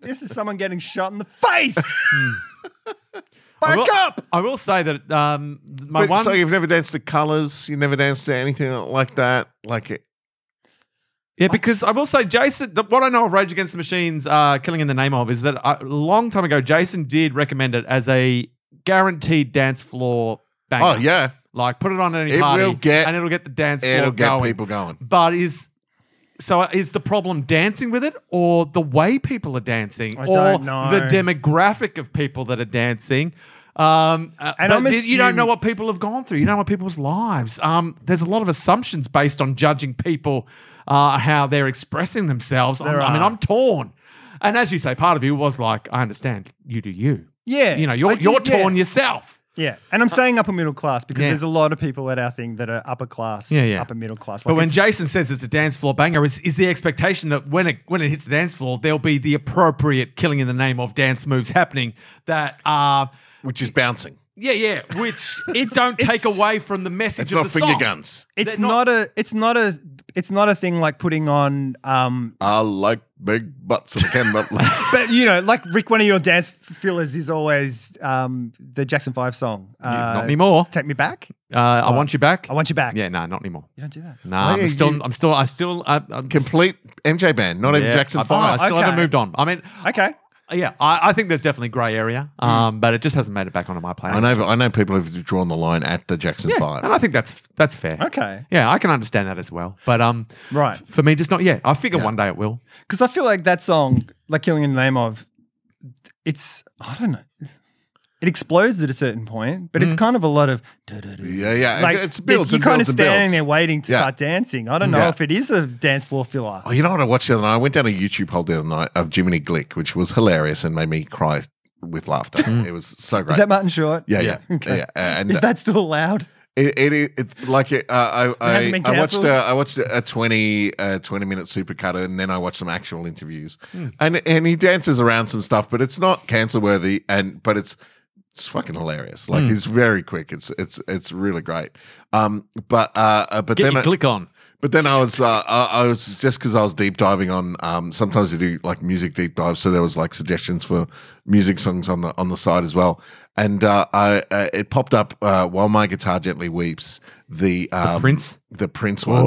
This is someone getting shot in the face.
I
Back
will,
up.
I will say that um, my
but,
one.
so you've never danced to colours, you never danced to anything like that. Like it
Yeah, because I will say, Jason, the, what I know of Rage Against the Machines, uh, Killing in the Name of, is that I- a long time ago, Jason did recommend it as a guaranteed dance floor
Oh
banger.
yeah.
Like, put it on at any
It
party
will get-
and it'll get the dance floor
It'll get
going.
people going.
But is. So is the problem dancing with it, or the way people are dancing,
I
or
don't know.
the demographic of people that are dancing? Um, uh,
And
but
I'm
th- you don't know
assuming-
what people have gone through. You don't know what people's lives. Um, there's a lot of assumptions based on judging people, uh, how they're expressing themselves. I'm-
There
I mean,
are.
I'm torn. And as you say, part of you was like, I understand. You do you.
Yeah.
You know, you're
I did,
you're
yeah.
torn yourself.
Yeah. And I'm saying upper middle class because
Uh, Yeah.
there's a lot of people at our thing that are upper class,
Yeah, yeah.
upper middle class.
But
Like,
when
it's-
Jason says it's a dance floor banger, is, is the expectation that when it when it hits the dance floor, there'll be the appropriate killing in the name of dance moves happening that are
Which is bouncing.
yeah yeah, which it
It's-
don't take
it's-
away from the message
It's
of
not
the
finger
song.
guns.
it's
they're not-
not, a it's not a it's not a thing like putting on um
I like big butts and cannot like
but you know, like Rick, one of your dance fillers is always um the Jackson Five song. Uh,
not anymore.
Take me back.
Uh, I want you back.
I want you back.
Yeah, no, not anymore.
You don't do that.
Nah,
yeah,
I'm still,
you-
I'm still, I still, I, I'm
complete MJ band, not even
yeah,
Jackson
I, I
Five.
still haven't
okay.
moved on. I mean,
Okay.
yeah, I, I think there's definitely grey area,
Hmm.
um, but it just hasn't made it back onto my playlist.
I know I know people have drawn the line at the Jackson
yeah,
Five.
and I think that's that's fair.
Okay.
Yeah, I can understand that as well. But um,
Right.
for me, just not yet. I figure one day it will.
Because I feel like that song, like Killing in the Name of, it's, I don't know. It explodes at a certain point, but it's kind of a lot of.
Yeah, yeah.
Like,
Mm-hmm. it's built
this- you're
and
kind of
builds and
standing
builds.
there waiting to
Yeah.
start dancing. I don't know
Yeah.
if it is a dance floor filler.
Oh, you know what I watched the other night? I went down a YouTube hole the other night of Jiminy Glick, which was hilarious and made me cry with laughter. it was so great.
Hmm. Is that Martin Short?
yeah, yeah,
Yeah. Okay.
yeah. And
Is that still allowed?
it, it, it, it- like it, uh, I,
hasn't
I,
been
I watched
cancelled?
a, I watched a 20, uh 20 minute supercutter, and then I watched some actual interviews, and and he dances around some stuff, but it's not cancel worthy, and but it's It's fucking hilarious. Like he's very quick. It's it's it's really great. Um, but uh, uh but
Get
then
your
I-
click on.
but then I was, uh, I, I was just because I was deep diving on. Um, sometimes you do like music deep dives, so there was like suggestions for music songs on the on the side as well. And uh, I, uh, it popped up uh, while my guitar gently weeps. The, um,
Prince? Oh.
the Prince one.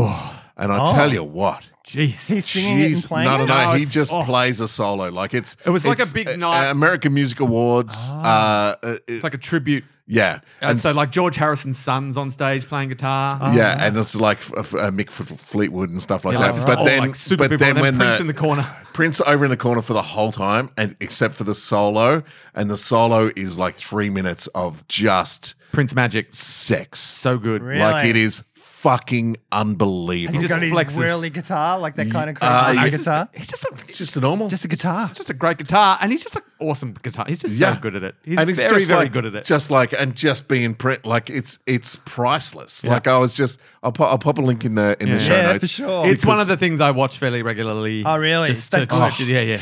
And I tell you what,
Jeez.
He's singing it and
Jeez,
playing
no, no,
it?
no.
No,
he
it's-
just
oh.
plays a solo. Like it's.
It was like a
it's,
big
uh,
night.
American Music Awards. Uh, uh,
It's like a tribute.
yeah,
And, Oh, so,
s-
like George Harrison's son's on stage playing guitar.
yeah, and it's like f- f- uh, Mick F- Fleetwood and stuff like
Yeah,
that.
like,
but
oh,
then,
like super
but
people,
then
and then
when
Prince
the,
in the corner.
Prince over in the corner for the whole time, and except for the solo, and the solo is like three minutes of just
Prince Magic.
sex.
So good.
Really?
Like it is fucking
Has
unbelievable.
he
just
got his
flexes.
whirly guitar, like that kind of crazy
Uh,
kind of
He's just-
guitar?
He's just a,
it's just a normal.
Just a guitar.
just a great guitar, and he's just an awesome guitar. He's just so good at it. He's
it's
very, very
like-
good at it.
Just like and just being print, like it's it's priceless.
Yeah.
Like I was just, I'll, pop I'll pop a link in the in
Yeah.
the show
Yeah,
notes.
for sure.
it's one
because-
of the things I watch fairly regularly.
Oh, really? It's
Just to,
that good.
to- yeah, yeah.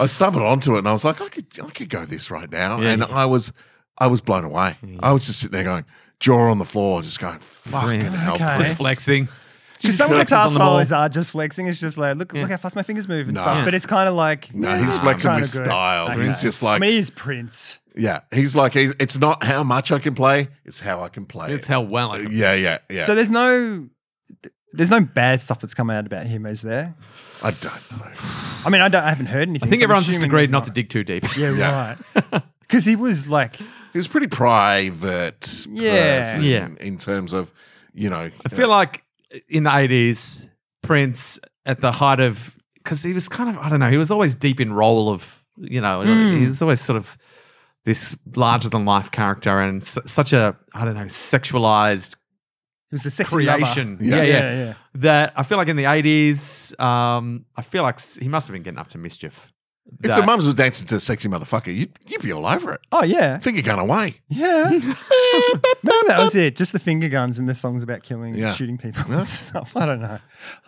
I stumbled onto it and I was like, I could I could go this right now,
Yeah.
and I was I was blown away. I was just sitting there going jaw on the floor, just going fucking
Prince.
hell,
Okay.
Prince."
Just flexing.
Because some
flexes
guitar
on the ball.
solos are just flexing. It's just like, look, look how fast my fingers move and
No.
stuff. But it's kind of like,
No,
yeah,
he's
it's
flexing
kinda
with
good.
style.
Okay.
He's just like-
I mean, he's Prince.
Yeah, he's like, he- it's not how much I can play, it's how I can play.
It's
it.
how well I can.
Yeah, yeah, yeah.
So there's no, there's no bad stuff that's come out about him, is there?
I don't know.
I mean, I, don't, I haven't heard anything.
I think
so I'm
everyone's just
assuming
agreed
there's
not to dig too deep.
Yeah,
Yeah.
right. Because he was like,
He was pretty private.
Yeah.
person
Yeah.
In terms of, you know,
I feel like in the 80s, Prince at the height of, because he was kind of, I don't know, he was always deep in role of, you know,
Hmm.
he was always sort of this larger than life character and su- such a, I don't know, sexualized
he was a sexy lover.
creation.
Yeah.
Yeah. Yeah,
yeah, yeah.
That I feel like in the 80s, um, I feel like s- he must have been getting up to mischief.
if
That-
the mums was dancing to sexy motherfucker, you'd, you'd be all over it.
Oh yeah,
Finger gun away.
yeah. Maybe that was it. Just the finger guns and the songs about killing
Yeah.
and shooting people and stuff. I don't know.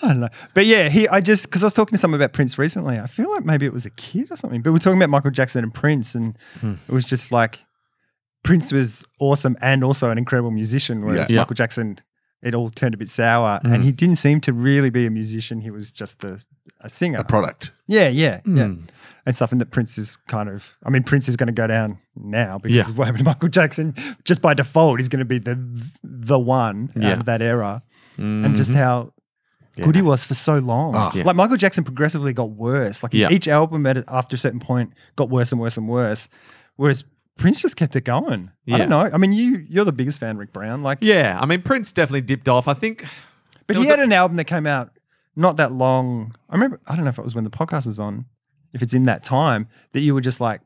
I don't know. But yeah, he. I just because I was talking to someone about Prince recently. I feel like maybe it was a kid or something. But we're talking about Michael Jackson and Prince, and it was just like Prince was awesome and also an incredible musician, whereas
Yeah. Yeah.
Michael Jackson. It all turned a bit sour, and he didn't seem to really be a musician. He was just a, a singer.
A product.
Yeah, yeah,
Mm.
yeah. And stuff, and that Prince is kind of, I mean, Prince is going to go down now because
Yeah.
of what happened to Michael Jackson. Just by default, he's going to be the the one
Yeah. Mm-hmm.
out of that era, and
mm.
just how good he was for so long.
Ah.
Yeah.
Like Michael Jackson progressively got worse. Like
Yeah.
each album at, after a certain point got worse and worse and worse, whereas Prince just kept it going. I
Yeah.
don't know. I mean, you you're the biggest fan, Rick Brown. Like,
Yeah, I mean, Prince definitely dipped off. I think
but
There
he
was
had an album that came out not that long. I remember, I don't know if it was when the podcast was on, if it's in that time that you were just like,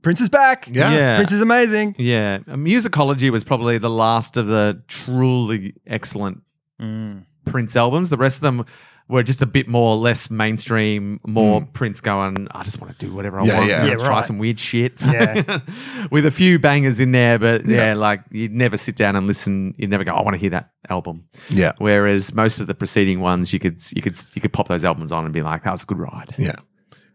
Prince is back.
Yeah.
Yeah.
Prince is amazing.
Yeah, uh, musicology was probably the last of the truly excellent Mm. Prince albums. The rest of them were just a bit more less mainstream, more Prince going. I just want to do whatever I
Hmm. Yeah,
want.
yeah.
I'm gonna
Yeah,
try
right.
some weird shit.
Yeah.
with a few bangers in there, but yeah.
Yeah.
like you'd never sit down and listen. You'd never go. I want to hear that album.
Yeah.
Whereas most of the preceding ones, you could you could you could pop those albums on and be like, that was a good ride.
Yeah.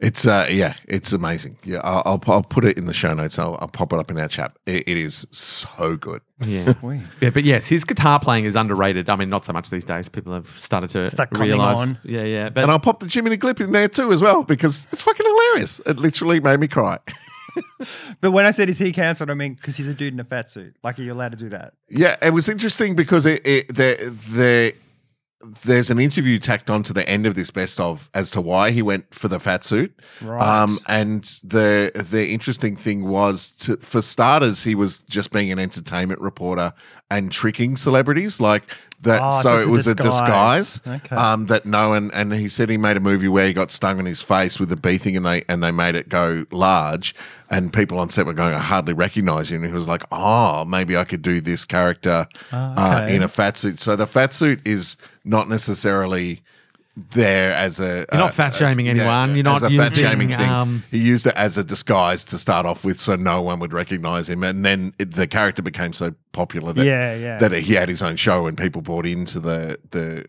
It's uh yeah, it's amazing. Yeah, I'll I'll, I'll put it in the show notes. I'll, I'll pop it up in our chat. It, it is so good.
Yeah.
Sweet.
Yeah, but yes, his guitar playing is underrated. I mean, not so much these days. People have started to
Start coming
realize.
on.
Yeah, yeah. But
And I'll pop the Jiminy Clip in there too as well because it's fucking hilarious. It literally made me cry.
But when I said is he cancelled, I mean because he's a dude in a fat suit. Like, are you allowed to do that?
Yeah, it was interesting because it, it there there there's an interview tacked on to the end of this best of as to why he went for the fat suit.
Right.
Um, and the the interesting thing was to, for starters, he was just being an entertainment reporter and tricking celebrities like that.
Ah,
so,
so it's
it
a
was
disguise.
a disguise.
Okay.
Um, that no one and he said he made a movie where he got stung in his face with a bee thing and they and they made it go large and people on set were going I hardly recognize you and he was like oh maybe I could do this character
Ah,
uh,
okay.
in a fat suit so the fat suit is not necessarily there as a uh,
You're not fat shaming
as-
anyone. You're
as
not
a fat
using,
shaming thing
um,
he used it as a disguise to start off with so no one would recognize him and then it, the character became so popular that
Yeah, yeah.
that he had his own show and people bought into the the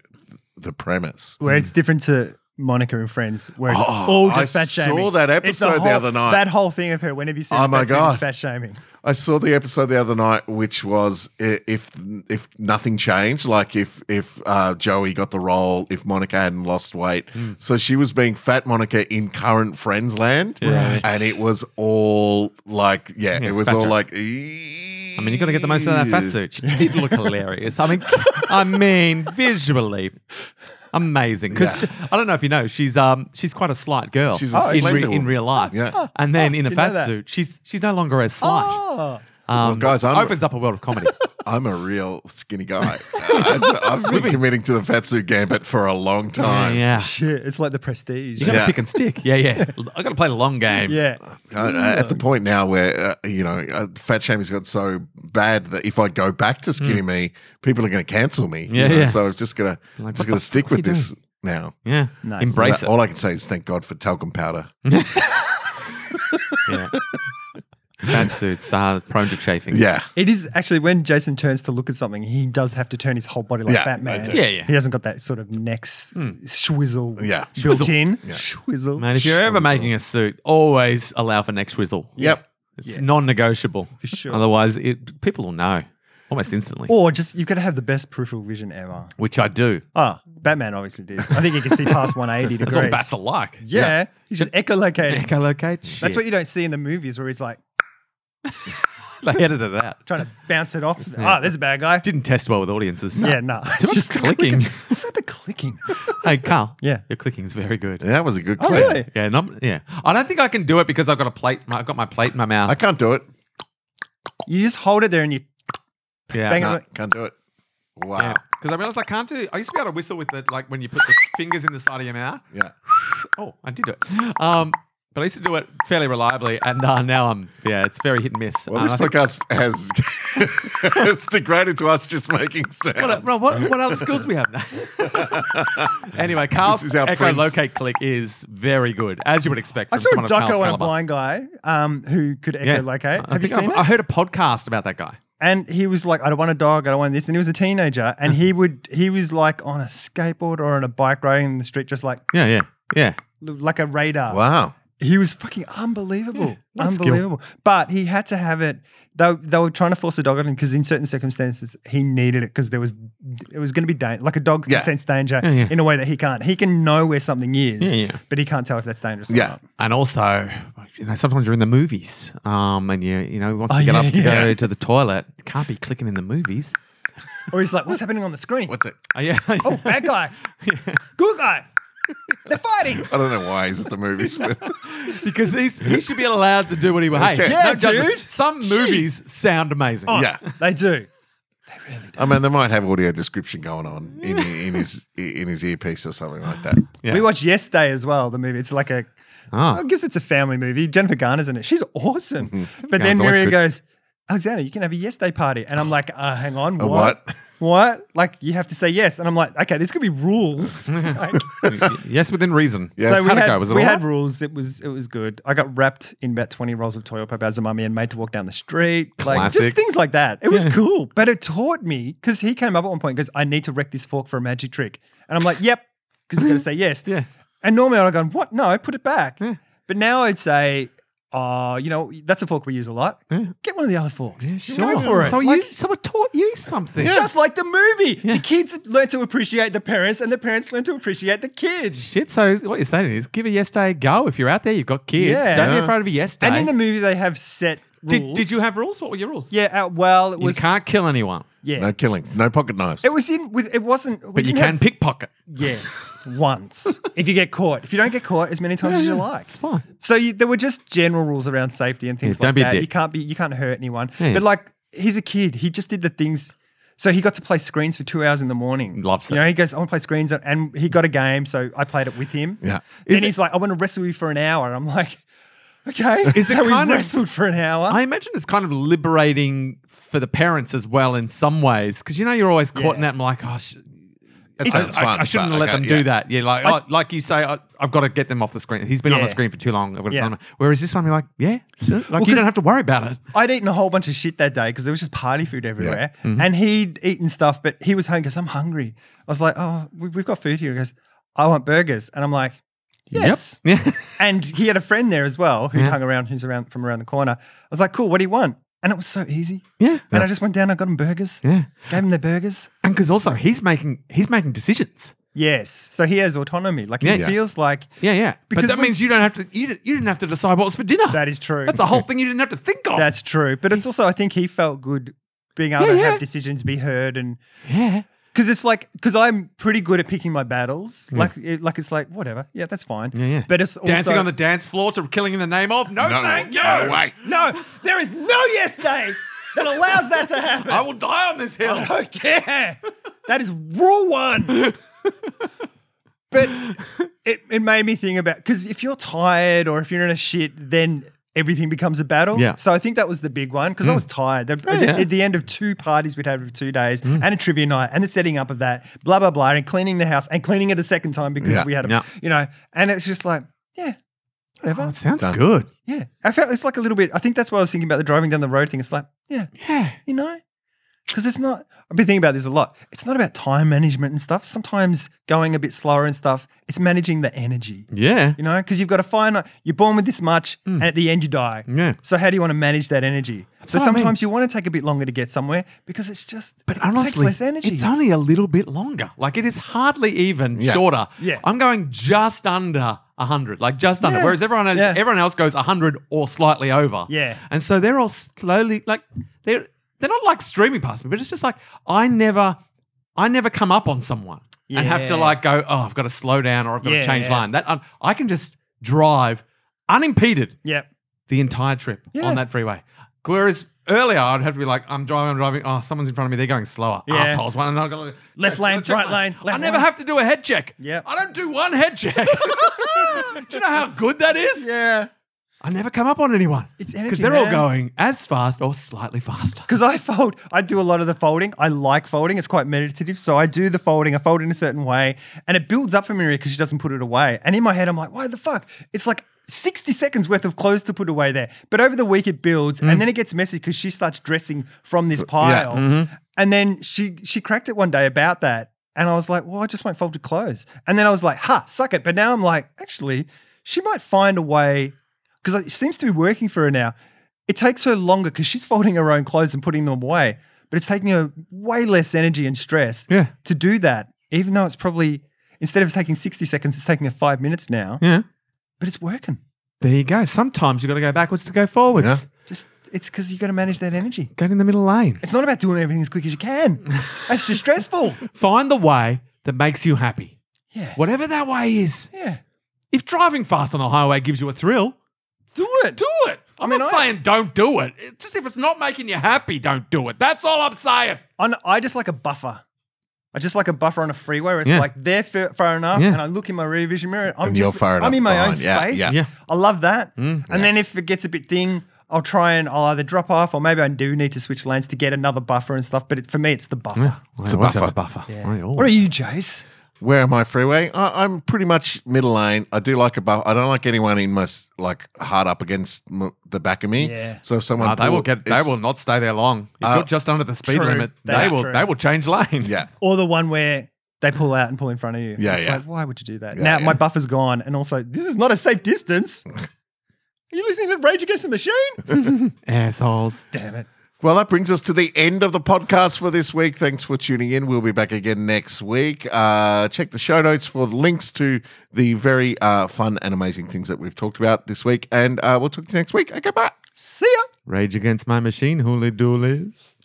the premise
Mm.
Where it's different to Monica and Friends, where it's
Oh,
all
I
just fat
saw
shaming.
that
It's
episode the
whole-
other night.
That whole thing of her, whenever you see
Oh
her,
my
that's it, it's
God.
fat shaming.
I saw the episode the other night, which was i- if if nothing changed, like if if uh, Joey got the role, if Monica hadn't lost weight,
Hmm.
so she was being fat Monica in current Friends land,
Right.
and it was all like, yeah,
Yeah,
it was
fat
all
joke.
like, I
I mean,
mean,
you got to get the most out of that fat suit. She did look hilarious. I mean, I mean, visually amazing. Because I don't know if you know, she's um she's quite a slight girl
She's a
in,
slim
re-
girl.
in real life.
Yeah.
And then in a
didn't know
fat
that.
suit, she's she's no longer as slight. Um,
Oh,
Well, guys, I'm-
opens up a world of comedy.
I'm a real skinny guy. I've been committing to the fat suit gambit for a long time.
yeah.
shit. It's like the prestige.
You got to
Yeah.
pick and stick. Yeah, yeah. I got to play the long game.
Yeah.
I- Uh, at the point now where uh, you know uh, fat shaming's got so bad that if I go back to skinny me, people are going to cancel me. you
Mm. Yeah,
know?
yeah.
So I'm just gonna
Like, what
just gonna
the
stick
fuck are
with
you
this now.
Yeah.
Nice.
Embrace
That-
it.
all I can say is thank God for talcum powder.
yeah. Fat suits are prone to chafing.
Yeah,
It is actually when Jason turns to look at something, he does have to turn his whole body like
Yeah, I
Batman.
do.
Yeah, yeah. Hmm.
He hasn't got that sort of neck s- swizzle
Yeah.
built
Swizzle.
in.
Yeah.
Swizzle.
Man, if you're ever making a suit, always allow for neck swizzle.
yep.
It's
Yeah.
non-negotiable.
For sure.
Otherwise, it, people will know almost instantly,
Or just you've got to have the best peripheral vision ever.
which I do.
Oh, Batman obviously did. I think you can see past 180 degrees.
That's what bats are like.
yeah, you should echolocate. it.
Echolocate. Shit.
That's what you don't see in the movies where he's like
they edited it out.
trying to bounce it off. Oh, there's a bad guy.
Didn't test well with audiences.
Yeah, no.
Too much
Just the
clicking.
What's with the clicking?
hey, Carl.
Yeah.
Your clicking's very good.
That was a good
Oh,
clip.
really?
Yeah, not, yeah. I don't think I can do it because I've got a plate. I've got my plate in my mouth.
I can't do it.
You just hold it there and you.
yeah.
bang
No,
it.
can't do it. Wow.
Yeah. Because I realized I can't do. I used to be able to whistle with the like when you put the fingers in the side of your mouth.
Yeah.
Oh, I did do it. Um, but I used to do it fairly reliably, and uh, now I'm yeah, it's very hit and miss.
Well,
Uh,
this
I think-
podcast has it's degraded to us just making sounds.
what, well, what, what other skills we have now? anyway, Carl's
is our
echo
Prince.
locate click is very good, as you would expect.
I
From
saw a
someone of Carl's
doco on a
caliber.
blind guy um, who could echolocate.
I
Have you
think I've-
seen it?
I heard a podcast about that guy.
and he was like, I don't want a dog, I don't want this. And he was a teenager, and
Mm-hmm.
he would he was like on a skateboard or on a bike riding in the street, just like
Yeah, yeah, yeah.
like a radar.
Wow.
He was fucking unbelievable,
nice skill.
unbelievable. But he had to have it. They, they were trying to force a dog on him because in certain circumstances he needed it because there was it was going to be dan- like a dog
Yeah.
can sense danger
Yeah, yeah.
in a way that he can't. He can know where something is,
Yeah, yeah.
but he can't tell if that's dangerous.
Yeah.
or not.
And also, you know, sometimes you're in the movies, um, and you you know he wants
Oh,
to get
yeah,
up to
yeah.
go to the toilet. Can't be clicking in the movies.
or he's like, what's happening on the screen?
What's it?
Oh yeah.
oh, bad guy, good guy, they're fighting.
I don't know why he's at the movies. but-
because he's, he should be allowed to do what he wants. Hey,
Yeah,
no judgment.
dude. Oh,
Some movies sound amazing.
yeah.
They do.
I mean, they might have audio description going on in, in his in his earpiece or something like that.
Yeah.
We watched Yesterday as well, the movie. It's like a, I
Oh.
guess it's a family movie. Jennifer Garner's in it. She's awesome. But then
Garner's always
Miria
good.
goes, Alexander, you can have a Yesterday party. And I'm like, uh, hang on,
A
what?
what?
What? Like, you have to say yes. And I'm like, okay, there's could be rules. Like,
yes, within reason.
Yes.
So we
How'd it
had,
go? Was it
we
all
had
right?
rules. It was it was good. I got wrapped in about 20 rolls of toilet paper as a mummy and made to walk down the street. Like
Classic.
just things like that. It was
Yeah.
cool. But it taught me because he came up at one point and goes, I need to wreck this fork for a magic trick. And I'm like, yep, because you're gonna say yes.
Yeah.
And normally I'd go, what? No, put it back.
Yeah.
But now I'd say, oh, you know, that's a fork we use a lot.
Yeah.
Get one of the other forks.
Yeah,
Go
sure.
for it.
So
Like,
you, someone taught you something.
Just like the movie.
Yeah.
The kids learn to appreciate the parents and the parents learn to appreciate the kids.
Shit. So what you're saying is, give a yes day a go. If you're out there, you've got kids.
Yeah.
Don't be
Yeah.
afraid of a yes day.
And in the movie they have set rules.
did, did you have rules? What were your rules?
Yeah, uh, well, it
You
was
can't kill anyone,
yeah.
No killings, no pocket knives.
It was in with it wasn't we
but you
didn't
can
have-
pickpocket.
Yes, once. if you get caught. If you don't get caught as many times as you like.
It's fine.
So you, there were just general rules around safety and things
Yeah, don't
like
be a
that.
dick.
You can't be you can't hurt anyone.
Yeah.
But like he's a kid. He just did the things. So he got to play screens for two hours in the morning.
Loves
you
it.
know, he goes, I want to play screens, and he got a game, so I played it with him.
Yeah.
Is
Then
it-
he's like, I want to wrestle you for an hour. And I'm like, okay.
Is it
so we
kind of-
wrestled for an hour.
I imagine it's kind of liberating for the parents as well in some ways because you know you're always caught in
Yeah.
that. And like, oh, sh-
That
It's-
sounds
I,
fun,
I shouldn't
but
let
okay,
them do
yeah.
that. Yeah, like oh, like you say, I, I've got to get them off the screen. He's been on the
Yeah.
screen for too long. I've got to
Yeah.
tell him. Whereas this time, you're like, yeah, so- like you
'cause-
don't have to worry about it.
I'd eaten a whole bunch of shit that day because there was just party food everywhere.
Mm-hmm.
And he'd eaten stuff, but he was home because I'm hungry. I was like, oh, we, we've got food here. He goes, I want burgers. And I'm like, yes.
Yeah.
And he had a friend there as well who would
Yeah.
hung around, who's around from around the corner. I was like, cool, what do you want? And it was so easy.
Yeah.
And I just went down, I got him burgers,
Yeah.
gave him the burgers.
And because also he's making he's making decisions.
Yes. So he has autonomy. Like
Yeah.
he
Yeah.
feels like
Yeah, yeah.
Because
but that
when-
means you don't have to you, di- you didn't have to decide what's for dinner.
that is true.
That's a whole thing you didn't have to think of.
That's true. But it's also, I think he felt good being able
Yeah,
to
yeah.
have decisions be heard and
yeah.
Because it's like, because I'm pretty good at picking my battles. Like, it, like it's like whatever. Yeah, that's fine.
Yeah, yeah.
But it's also,
Dancing on the dance floor to killing in the name of? No,
No,
thank you.
no way.
no. There is no yes day that allows that to happen.
I will die on this hill.
I don't care. That is rule one. but it, it made me think about because if you're tired or if you're in a shit, then everything becomes a battle.
Yeah. Mm. Oh,
So I think that was the big one because I was tired. The- at,
yeah. Mm.
at the end of two parties we'd had for two days and a trivia night and the setting up of that, blah, blah, blah, and cleaning the house and cleaning it a second time because
Yeah.
we had a,
Yeah.
you know, and it's just like, yeah, whatever.
Oh, it sounds
Done.
good.
yeah. I felt it's like a little bit, I think that's what I was thinking about the driving down the road thing. It's like, yeah,
Yeah.
you know? Because it's not, I've been thinking about this a lot. It's not about time management and stuff. Sometimes going a bit slower and stuff, it's managing the energy,
Yeah.
you know? Because you've got a finite, you're born with this much
Mm.
and at the end you die.
Yeah.
So how do you want to manage that energy? so
Mm. what I mean.
sometimes you want to take a bit longer to get somewhere because it's just,
But
it
honestly,
takes less energy.
it's only a little bit longer. Like it is hardly even
Yeah.
shorter.
Yeah.
I'm going just under 100, like just under.
Yeah.
Whereas everyone else,
Yeah.
everyone else goes 100 or slightly over.
Yeah.
And so they're all slowly like they're they're not like streaming past me, but it's just like I never I never come up on someone and have to like go,
Yes.
"Oh, I've got to slow down or I've got
Yeah,
to change
yeah.
line." That um, I can just drive unimpeded
yeah.
the entire trip
Yeah.
on that freeway. Whereas earlier, I'd have to be like, I'm driving, I'm driving. Oh, someone's in front of me. They're going slower.
Yeah.
Assholes. One, and i to
Left lane, right lane,
I
left
never
lane.
have to do a head check.
Yep.
I don't do one head check. do you know how good that is?
Yeah.
I never come up on anyone.
It's
Because
energy,
they're all
man.
going as fast or slightly faster.
Because I fold, I do a lot of the folding. I like folding. It's quite meditative. So I do the folding. I fold in a certain way and it builds up for me because she doesn't put it away. And in my head, I'm like, why the fuck? It's like 60 seconds worth of clothes to put away there. But over the week, it builds and then it gets messy because she starts dressing from this pile. And then she she cracked it one day about that. And I was like, well, I just won't fold your clothes. And then I was like, ha, suck it. But now I'm like, actually, she might find a way because it seems to be working for her now. It takes her longer because she's folding her own clothes and putting them away, but it's taking her way less energy and stress
Yeah.
to do that, even though it's probably, instead of taking 60 seconds, it's taking her five minutes now,
Yeah.
but it's working.
There you go. Sometimes you've got to go backwards to go forwards.
Yeah.
Just, it's because you got to manage that energy.
Go in the middle lane.
It's not about doing everything as quick as you can. That's just stressful.
Find the way that makes you happy.
Yeah.
Whatever that way is.
Yeah.
If driving fast on the highway gives you a thrill,
Do it.
do it. I'm
mean,
not
I-
saying don't do it. It's just if it's not making you happy, don't do it. That's all I'm saying.
on, I just like a buffer. I just like a buffer on a freeway where it's
Yeah.
like they're fa- far enough,
Yeah.
and I look in my rear vision mirror. I'm
And
just
you're far
I'm
enough
in my own
behind. Yeah,
space.
yeah.
Yeah.
I love that.
Mm.
and then if it gets a bit thin, I'll try and I'll either drop off or maybe I do need to switch lanes to get another buffer and stuff. But it, for me, it's the buffer.
a
What's
buffer.
the buffer.
Yeah.
Right, all
What are you, Jace?
Where am I freeway? I, I'm pretty much middle lane. I do like a buff. I don't like anyone in my s- like hard up against m- the back of me.
Yeah.
So if someone
Nah, they will
pull-
get. They
it's-
will not stay there long. If
Uh,
you're just under the speed
true.
limit, they
That's
will.
true.
They will change lane.
Yeah.
Or the one where they pull out and pull in front of you.
Yeah,
It's
yeah.
like, why would you do that?
Yeah,
now
yeah.
my buffer's gone. And also, this is not a safe distance. Are you listening to Rage Against the Machine?
Assholes.
Damn it.
Well, that brings us to the end of the podcast for this week. Thanks for tuning in. We'll be back again next week. Uh, check the show notes for the links to the very uh, fun and amazing things that we've talked about this week. And uh, we'll talk to you next week. Okay, bye.
See ya.
Rage against my machine, hooly doolies.